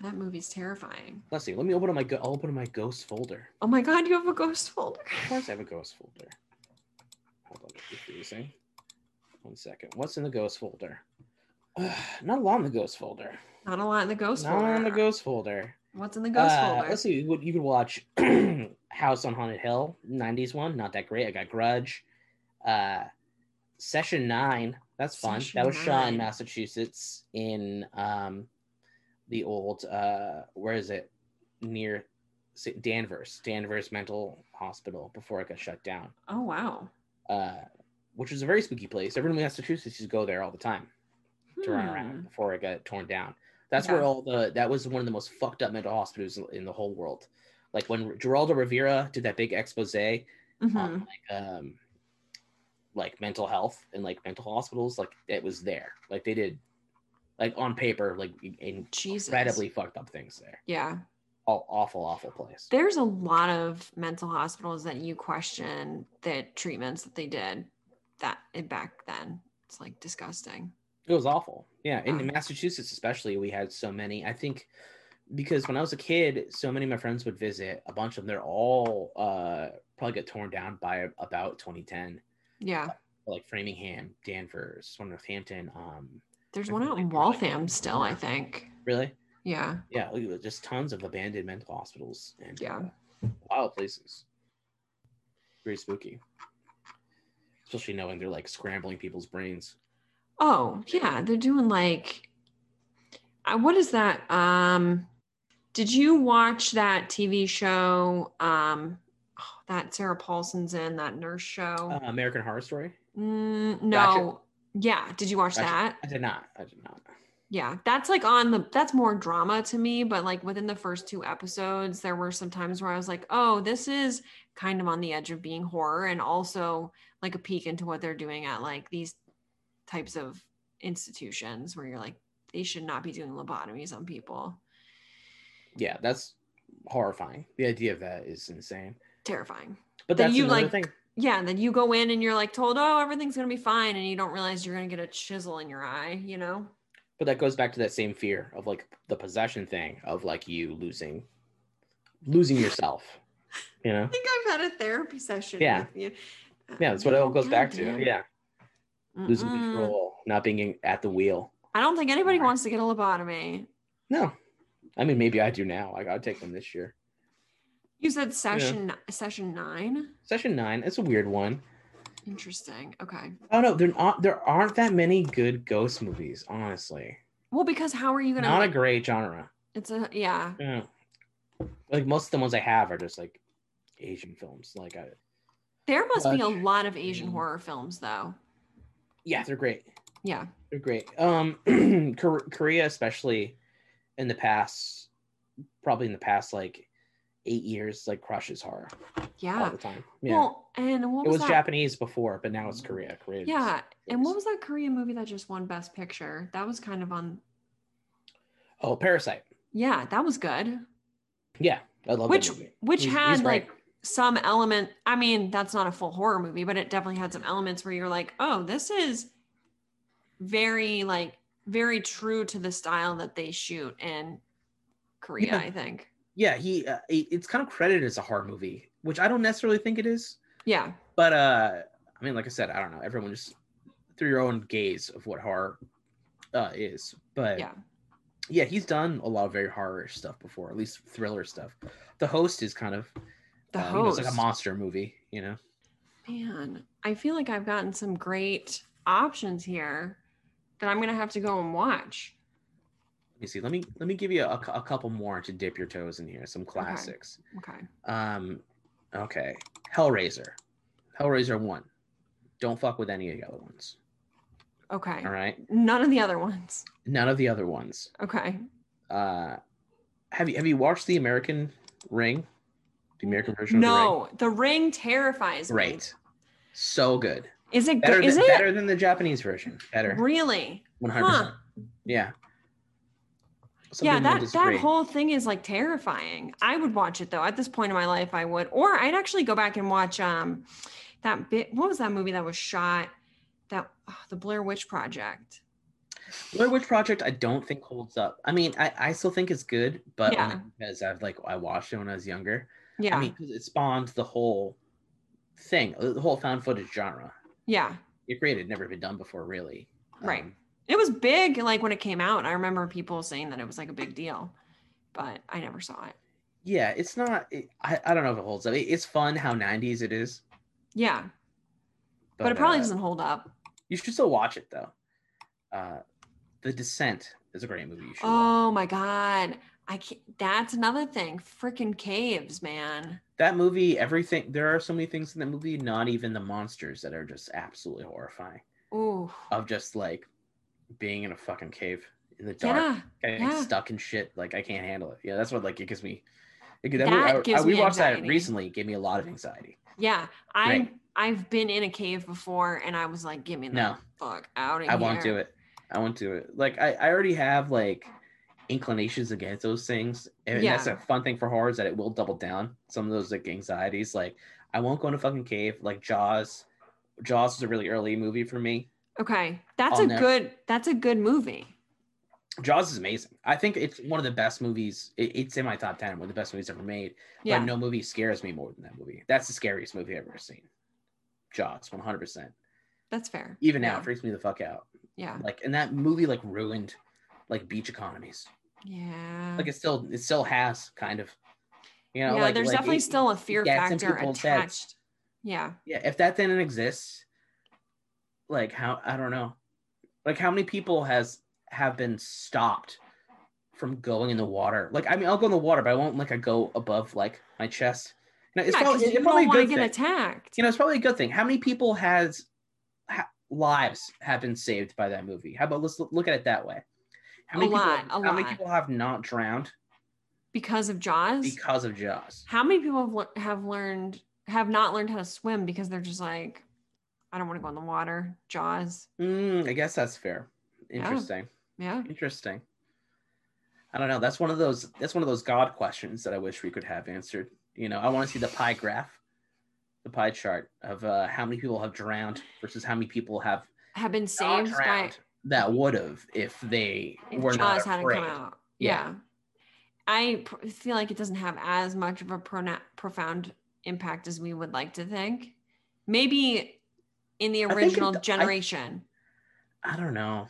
Speaker 2: that movie's terrifying.
Speaker 3: Let's see. Let me open up my go- I'll open up my ghost folder.
Speaker 2: Oh my god, you have a ghost folder.
Speaker 3: Of course, I have a ghost folder. Hold on, it's freezing. One second. What's in the ghost folder? Ugh, not a lot in the ghost folder.
Speaker 2: Not a lot in the ghost
Speaker 3: Not a
Speaker 2: folder.
Speaker 3: lot in the ghost folder.
Speaker 2: What's in the ghost
Speaker 3: Uh,
Speaker 2: folder?
Speaker 3: Let's see. You could, you could watch House on Haunted Hill, '90s one. Not that great. I got Grudge. Uh, Session Nine. That's fun.
Speaker 2: Session
Speaker 3: that was shot in
Speaker 2: Nine.
Speaker 3: Massachusetts in um, the old uh, where is it near Sa- Danvers, Danvers Mental Hospital before it got shut down
Speaker 2: Oh wow.
Speaker 3: uh, which is a very spooky place. Everyone in Massachusetts used to go there all the time to run
Speaker 2: Hmm.
Speaker 3: around before it got torn down. That's where
Speaker 2: Yeah.
Speaker 3: all the that was one of the most fucked up mental hospitals in the whole world. Like when Geraldo Rivera did that big expose
Speaker 2: Hmm. Mhm.
Speaker 3: on like um like mental health and like mental hospitals, like it was there. Like they did like on paper, like
Speaker 2: Jesus.
Speaker 3: incredibly fucked up things there.
Speaker 2: Yeah.
Speaker 3: All awful, awful place.
Speaker 2: There's a lot of mental hospitals that you question the treatments that they did that eh, back then. It's like disgusting.
Speaker 3: It was awful. Yeah. In
Speaker 2: Wow.
Speaker 3: Massachusetts, especially, we had so many. I think because when I was a kid, so many of my friends would visit. A bunch of them, they're all uh, probably got torn down by about 2010,
Speaker 2: Yeah.
Speaker 3: like Framingham, Danvers, one of Hampton. Um,
Speaker 2: There's
Speaker 3: I
Speaker 2: one
Speaker 3: feel
Speaker 2: out
Speaker 3: like
Speaker 2: in
Speaker 3: there's, like,
Speaker 2: Waltham still, I
Speaker 3: more.
Speaker 2: think.
Speaker 3: really?
Speaker 2: Yeah.
Speaker 3: Yeah. we were Just tons of abandoned mental hospitals and
Speaker 2: Yeah.
Speaker 3: uh, wild places. Very spooky. Especially knowing they're like scrambling people's brains.
Speaker 2: Oh, yeah, they're doing like uh, what is that? Um did you watch that TV show um oh, that Sarah Paulson's in that nurse
Speaker 3: Uh,
Speaker 2: show?
Speaker 3: American Horror Story?
Speaker 2: Mm, no. Yeah, did you watch
Speaker 3: Ratchet.
Speaker 2: that?
Speaker 3: I did not. I did not.
Speaker 2: Yeah, that's like on the that's more drama to me, but like within the first two episodes, there were some times where I was like, oh, this is kind of on the edge of being horror and also like a peek into what they're doing at like these types of institutions where you're like, they should not be doing lobotomies on people.
Speaker 3: yeah that's horrifying the idea of that is insane
Speaker 2: Terrifying.
Speaker 3: but
Speaker 2: Then
Speaker 3: that's
Speaker 2: you,
Speaker 3: another
Speaker 2: like-
Speaker 3: thing
Speaker 2: Yeah, and then you go in and you're like told, oh, everything's gonna be fine, and you don't realize you're gonna get a chisel in your eye, you know?
Speaker 3: but that goes back to that same fear of like the possession thing of like you losing losing yourself you know
Speaker 2: I think I've had a therapy session
Speaker 3: Yeah.
Speaker 2: with you.
Speaker 3: yeah that's what it all goes back to
Speaker 2: Goddamn.
Speaker 3: yeah losing
Speaker 2: Mm-mm.
Speaker 3: control not being in- at the wheel
Speaker 2: I don't think anybody
Speaker 3: Right.
Speaker 2: wants to get a lobotomy.
Speaker 3: no i mean maybe i do now i gotta take one this year
Speaker 2: You said session session nine.
Speaker 3: session nine it's a weird one
Speaker 2: Interesting. Okay.
Speaker 3: i don't know there aren't, there aren't that many good ghost movies honestly
Speaker 2: Well, because how are you gonna?
Speaker 3: not a
Speaker 2: like-
Speaker 3: great genre
Speaker 2: it's a yeah.
Speaker 3: yeah like most of the ones i have are just like asian films like i
Speaker 2: There must be a
Speaker 3: Much.
Speaker 2: lot of Asian
Speaker 3: Mm.
Speaker 2: horror films though.
Speaker 3: yeah they're great
Speaker 2: Yeah.
Speaker 3: they're great um Kor- korea especially in the past probably in the past like eight years like crushes horror all
Speaker 2: Yeah.
Speaker 3: the time yeah
Speaker 2: Well, and what
Speaker 3: it
Speaker 2: was,
Speaker 3: was
Speaker 2: that? Mm.
Speaker 3: japanese before but now it's korea korea
Speaker 2: Yeah. And what
Speaker 3: is-
Speaker 2: was that Korean movie that just won Best Picture? That was kind of on
Speaker 3: Oh, Parasite.
Speaker 2: Yeah, that was good.
Speaker 3: Yeah, I love
Speaker 2: Which
Speaker 3: that movie.
Speaker 2: which
Speaker 3: He's- he's
Speaker 2: had
Speaker 3: right.
Speaker 2: like some element. I mean, that's not a full horror movie, but it definitely had some elements where you're like, oh, this is very like very true to the style that they shoot in Korea.
Speaker 3: Yeah.
Speaker 2: I think.
Speaker 3: Yeah, he. Uh, it- it's kind of credited as a horror movie, which I don't necessarily think it is.
Speaker 2: Yeah,
Speaker 3: But uh, I mean, like I said, I don't know. Everyone just through your own gaze of what horror uh, is. But
Speaker 2: yeah,
Speaker 3: yeah, he's done a lot of very horror stuff before, at least thriller stuff. The host is kind of
Speaker 2: the
Speaker 3: uh, you know,
Speaker 2: host.
Speaker 3: it's like a monster movie, you know.
Speaker 2: Man, I feel like I've gotten some great options here that I'm gonna have to go and watch.
Speaker 3: Let me see. Let me let me give you a, cou- a couple more to dip your toes in here. Some classics.
Speaker 2: Okay.
Speaker 3: Um, okay, Hellraiser, Hellraiser one. Don't fuck with any of the other ones.
Speaker 2: Okay.
Speaker 3: All right,
Speaker 2: None of the other ones.
Speaker 3: none of the other ones.
Speaker 2: Okay.
Speaker 3: Uh, have you have you watched the American Ring? The American version of
Speaker 2: No, the ring terrifies
Speaker 3: the
Speaker 2: me.
Speaker 3: Ring. Right. So good.
Speaker 2: Is it?
Speaker 3: Better
Speaker 2: good? Is
Speaker 3: than,
Speaker 2: it
Speaker 3: better than the Japanese version. Better.
Speaker 2: really?
Speaker 3: One hundred
Speaker 2: Huh.
Speaker 3: percent. Yeah. Some
Speaker 2: yeah.
Speaker 3: people will
Speaker 2: That
Speaker 3: disagree.
Speaker 2: that whole thing is like terrifying. I would watch it though. At this point in my life, I would. Or I'd actually go back and watch um that bit. What was that movie that was shot? That oh, the Blair Witch Project.
Speaker 3: Blair Witch Project, I don't think holds up. I mean, I, I still think it's good, but
Speaker 2: Yeah.
Speaker 3: only because I've like I watched it when I was younger.
Speaker 2: Yeah.
Speaker 3: I mean, 'cause it spawned the whole thing, the whole found footage genre.
Speaker 2: yeah.
Speaker 3: It created never been done before, really.
Speaker 2: Right.
Speaker 3: Um,
Speaker 2: It was big, like when it came out. I remember people saying that it was like a big deal, but I never saw it.
Speaker 3: yeah, it's not. It, I I don't know if it holds up. It- it's fun how '90s it is,
Speaker 2: Yeah, but, it probably
Speaker 3: uh,
Speaker 2: doesn't hold up.
Speaker 3: You should still watch it though. Uh, the Descent is a great movie. You should. watch.
Speaker 2: Oh my god, I can't. That's another thing. Freaking caves, man.
Speaker 3: That movie, everything. There are so many things in that movie. Not even the monsters that are just absolutely horrifying.
Speaker 2: Ooh,
Speaker 3: of just like being in a fucking cave in the dark,
Speaker 2: yeah.
Speaker 3: getting
Speaker 2: yeah.
Speaker 3: stuck in shit. Like I can't handle it. Yeah, that's what like it gives me. It, that
Speaker 2: That
Speaker 3: movie- I-
Speaker 2: gives
Speaker 3: I- we
Speaker 2: me
Speaker 3: watched that
Speaker 2: anxiety.
Speaker 3: recently. It gave me a lot of anxiety.
Speaker 2: Yeah, I
Speaker 3: Right.
Speaker 2: I've been in a cave before, and I was like, "Get me the
Speaker 3: No.
Speaker 2: fuck out of
Speaker 3: I
Speaker 2: here!"
Speaker 3: won't do it. I won't do it. Like I, I already have like inclinations against those things, and that's
Speaker 2: Yeah.
Speaker 3: a fun thing for horror is that it will double down some of those like anxieties. Like I won't go in a fucking cave. Like Jaws. Jaws was a really early movie for me.
Speaker 2: Okay, that's
Speaker 3: I'll
Speaker 2: a
Speaker 3: never-
Speaker 2: good. That's a good movie.
Speaker 3: Jaws is amazing. I think it's one of the best movies. It, it's in my top ten. One of the best movies ever made.
Speaker 2: Yeah,
Speaker 3: But no movie scares me more than that movie. That's the scariest movie I've ever seen. Jaws, 100%.
Speaker 2: that's fair.
Speaker 3: Even now,
Speaker 2: Yeah,
Speaker 3: it freaks me the fuck out.
Speaker 2: yeah,
Speaker 3: Like, and that movie, like, ruined, like, beach economies.
Speaker 2: yeah.
Speaker 3: Like, it still, it still has, kind of. You know,
Speaker 2: Mm-hmm. yeah,
Speaker 3: like,
Speaker 2: there's
Speaker 3: like,
Speaker 2: definitely
Speaker 3: it-
Speaker 2: still a fear
Speaker 3: yeah, it's in
Speaker 2: factor
Speaker 3: people's
Speaker 2: attached.
Speaker 3: heads.
Speaker 2: Yeah,
Speaker 3: Yeah, if that didn't exist, like, how, I don't know. Like, how many people has, have been stopped from going in the water? Like, I mean, I'll go in the water, but I won't, like, I go above, like, my chest. You know, it's
Speaker 2: yeah,
Speaker 3: probably,
Speaker 2: 'cause
Speaker 3: it's
Speaker 2: you
Speaker 3: probably
Speaker 2: don't
Speaker 3: a
Speaker 2: want to
Speaker 3: good
Speaker 2: get
Speaker 3: thing.
Speaker 2: attacked.
Speaker 3: you know, it's probably a good thing. How many people has ha, lives have been saved by that movie? How about let's l- look at it that way. How
Speaker 2: A
Speaker 3: many
Speaker 2: lot,
Speaker 3: people?
Speaker 2: a
Speaker 3: How many
Speaker 2: lot.
Speaker 3: people have not drowned
Speaker 2: because of Jaws.
Speaker 3: because of Jaws?
Speaker 2: How many people have, lear- have learned have not learned how to swim because they're just like, I don't want to go in the water. Jaws.
Speaker 3: Mm, I guess that's fair. Interesting.
Speaker 2: Yeah.
Speaker 3: Interesting. I don't know. That's one of those. That's one of those God questions that I wish we could have answered. You know, I want to see the pie graph, the pie chart of uh, how many people have drowned versus how many people have
Speaker 2: Have been
Speaker 3: not
Speaker 2: saved by
Speaker 3: drowned that would have if they
Speaker 2: if
Speaker 3: were
Speaker 2: Jaws
Speaker 3: not
Speaker 2: hadn't
Speaker 3: afraid.
Speaker 2: come out.
Speaker 3: Yeah.
Speaker 2: Yeah. I pr- feel like it doesn't have as much of a prona- profound impact as we would like to think. Maybe in the
Speaker 3: think it
Speaker 2: original
Speaker 3: d- I-
Speaker 2: generation.
Speaker 3: I don't know.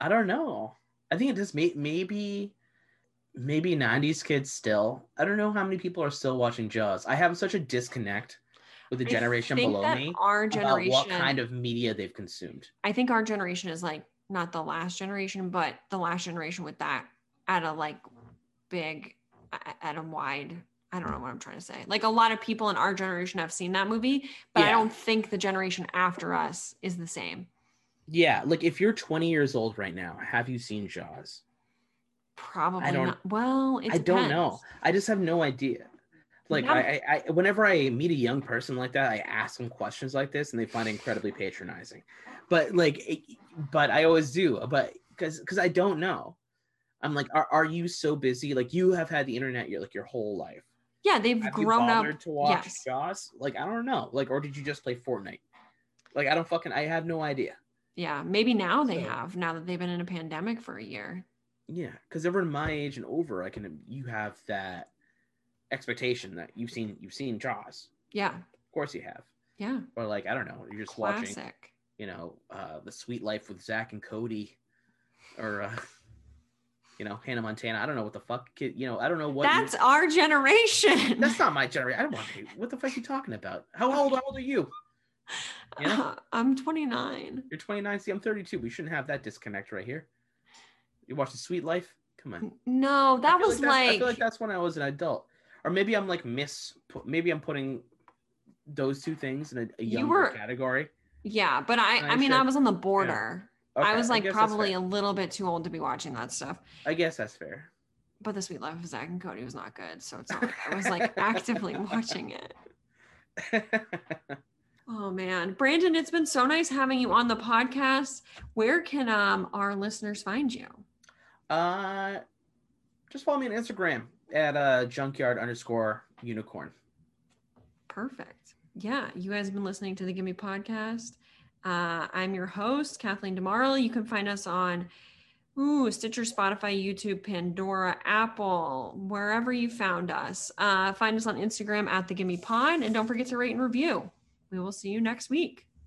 Speaker 3: I don't know. I think it just may- maybe maybe 90s kids still. I don't know how many people are still watching Jaws. I have such a disconnect with the
Speaker 2: I
Speaker 3: generation
Speaker 2: think
Speaker 3: below
Speaker 2: that
Speaker 3: me
Speaker 2: Our
Speaker 3: about
Speaker 2: generation.
Speaker 3: what kind of media they've consumed.
Speaker 2: I think our generation is like not the last generation, but the last generation with that at a like big, a- at a wide. I don't know what I'm trying to say. Like a lot of people in our generation have seen that movie, but I
Speaker 3: Yeah.
Speaker 2: don't think the generation after us is the same.
Speaker 3: Yeah, like if you're 20 years old right now, have you seen Jaws?
Speaker 2: Probably
Speaker 3: don't-
Speaker 2: not. Well, it
Speaker 3: I don't
Speaker 2: depends.
Speaker 3: know. I just have no idea. Like
Speaker 2: Yeah.
Speaker 3: I, I, I, whenever I meet a young person like that, I ask them questions like this, and they find it incredibly patronizing. But like, it- but I always do. But because because I don't know. I'm like, are, are you so busy? Like you have had the internet your like your whole life.
Speaker 2: Yeah, they've
Speaker 3: Have you
Speaker 2: grown up.
Speaker 3: bothered to watch
Speaker 2: yes.
Speaker 3: Jaws? Like I don't know. Like or did you just play Fortnite? Like I don't fucking I have no idea.
Speaker 2: Yeah, maybe now they
Speaker 3: So-
Speaker 2: have. Now that they've been in a pandemic for a year.
Speaker 3: Yeah, because everyone my age and over, I can you have that expectation that you've seen you've seen Jaws.
Speaker 2: Yeah,
Speaker 3: Of course you have.
Speaker 2: yeah,
Speaker 3: Or like I don't know, you're just watching
Speaker 2: classic.
Speaker 3: you know, uh, The Sweet Life with Zach and Cody, or uh, you know, Hannah Montana. I don't know what the fuck, kid. You know, I don't know what. you-
Speaker 2: That's our generation.
Speaker 3: that's not my generation. I don't want to. What the fuck are you talking about? How old? How old are you? Yeah,
Speaker 2: I'm 29.
Speaker 3: you're 29. See, I'm 32. We shouldn't have that disconnect right here. You watch The Sweet Life? Come on.
Speaker 2: No,
Speaker 3: I
Speaker 2: that
Speaker 3: feel
Speaker 2: was
Speaker 3: that's- I
Speaker 2: like,
Speaker 3: feel like that's when I was an adult, or maybe I'm like miss. pu- Maybe I'm putting those two things in a, a
Speaker 2: You
Speaker 3: younger
Speaker 2: were-
Speaker 3: category.
Speaker 2: yeah, but I,
Speaker 3: I
Speaker 2: I mean, I
Speaker 3: should-
Speaker 2: was on the border.
Speaker 3: Okay,
Speaker 2: I was like
Speaker 3: guess that's
Speaker 2: probably
Speaker 3: fair.
Speaker 2: a little bit too old to be watching that stuff.
Speaker 3: I guess that's fair.
Speaker 2: But The Sweet Life of Zach and Cody was not good. So it's not like I was like actively watching it. Oh man. Brandon, it's been so nice having you on the podcast. Where can um our listeners find you?
Speaker 3: Uh, just follow me on Instagram at uh, junkyard underscore unicorn.
Speaker 2: Perfect. Yeah, you guys have been listening to the Gimme podcast. Uh, I'm your host, Kathleen DeMarle. You can find us on ooh, Stitcher, Spotify, YouTube, Pandora, Apple, wherever you found us. Uh, find us on Instagram at the Gimme Pod, and don't forget to rate and review. We will see you next week.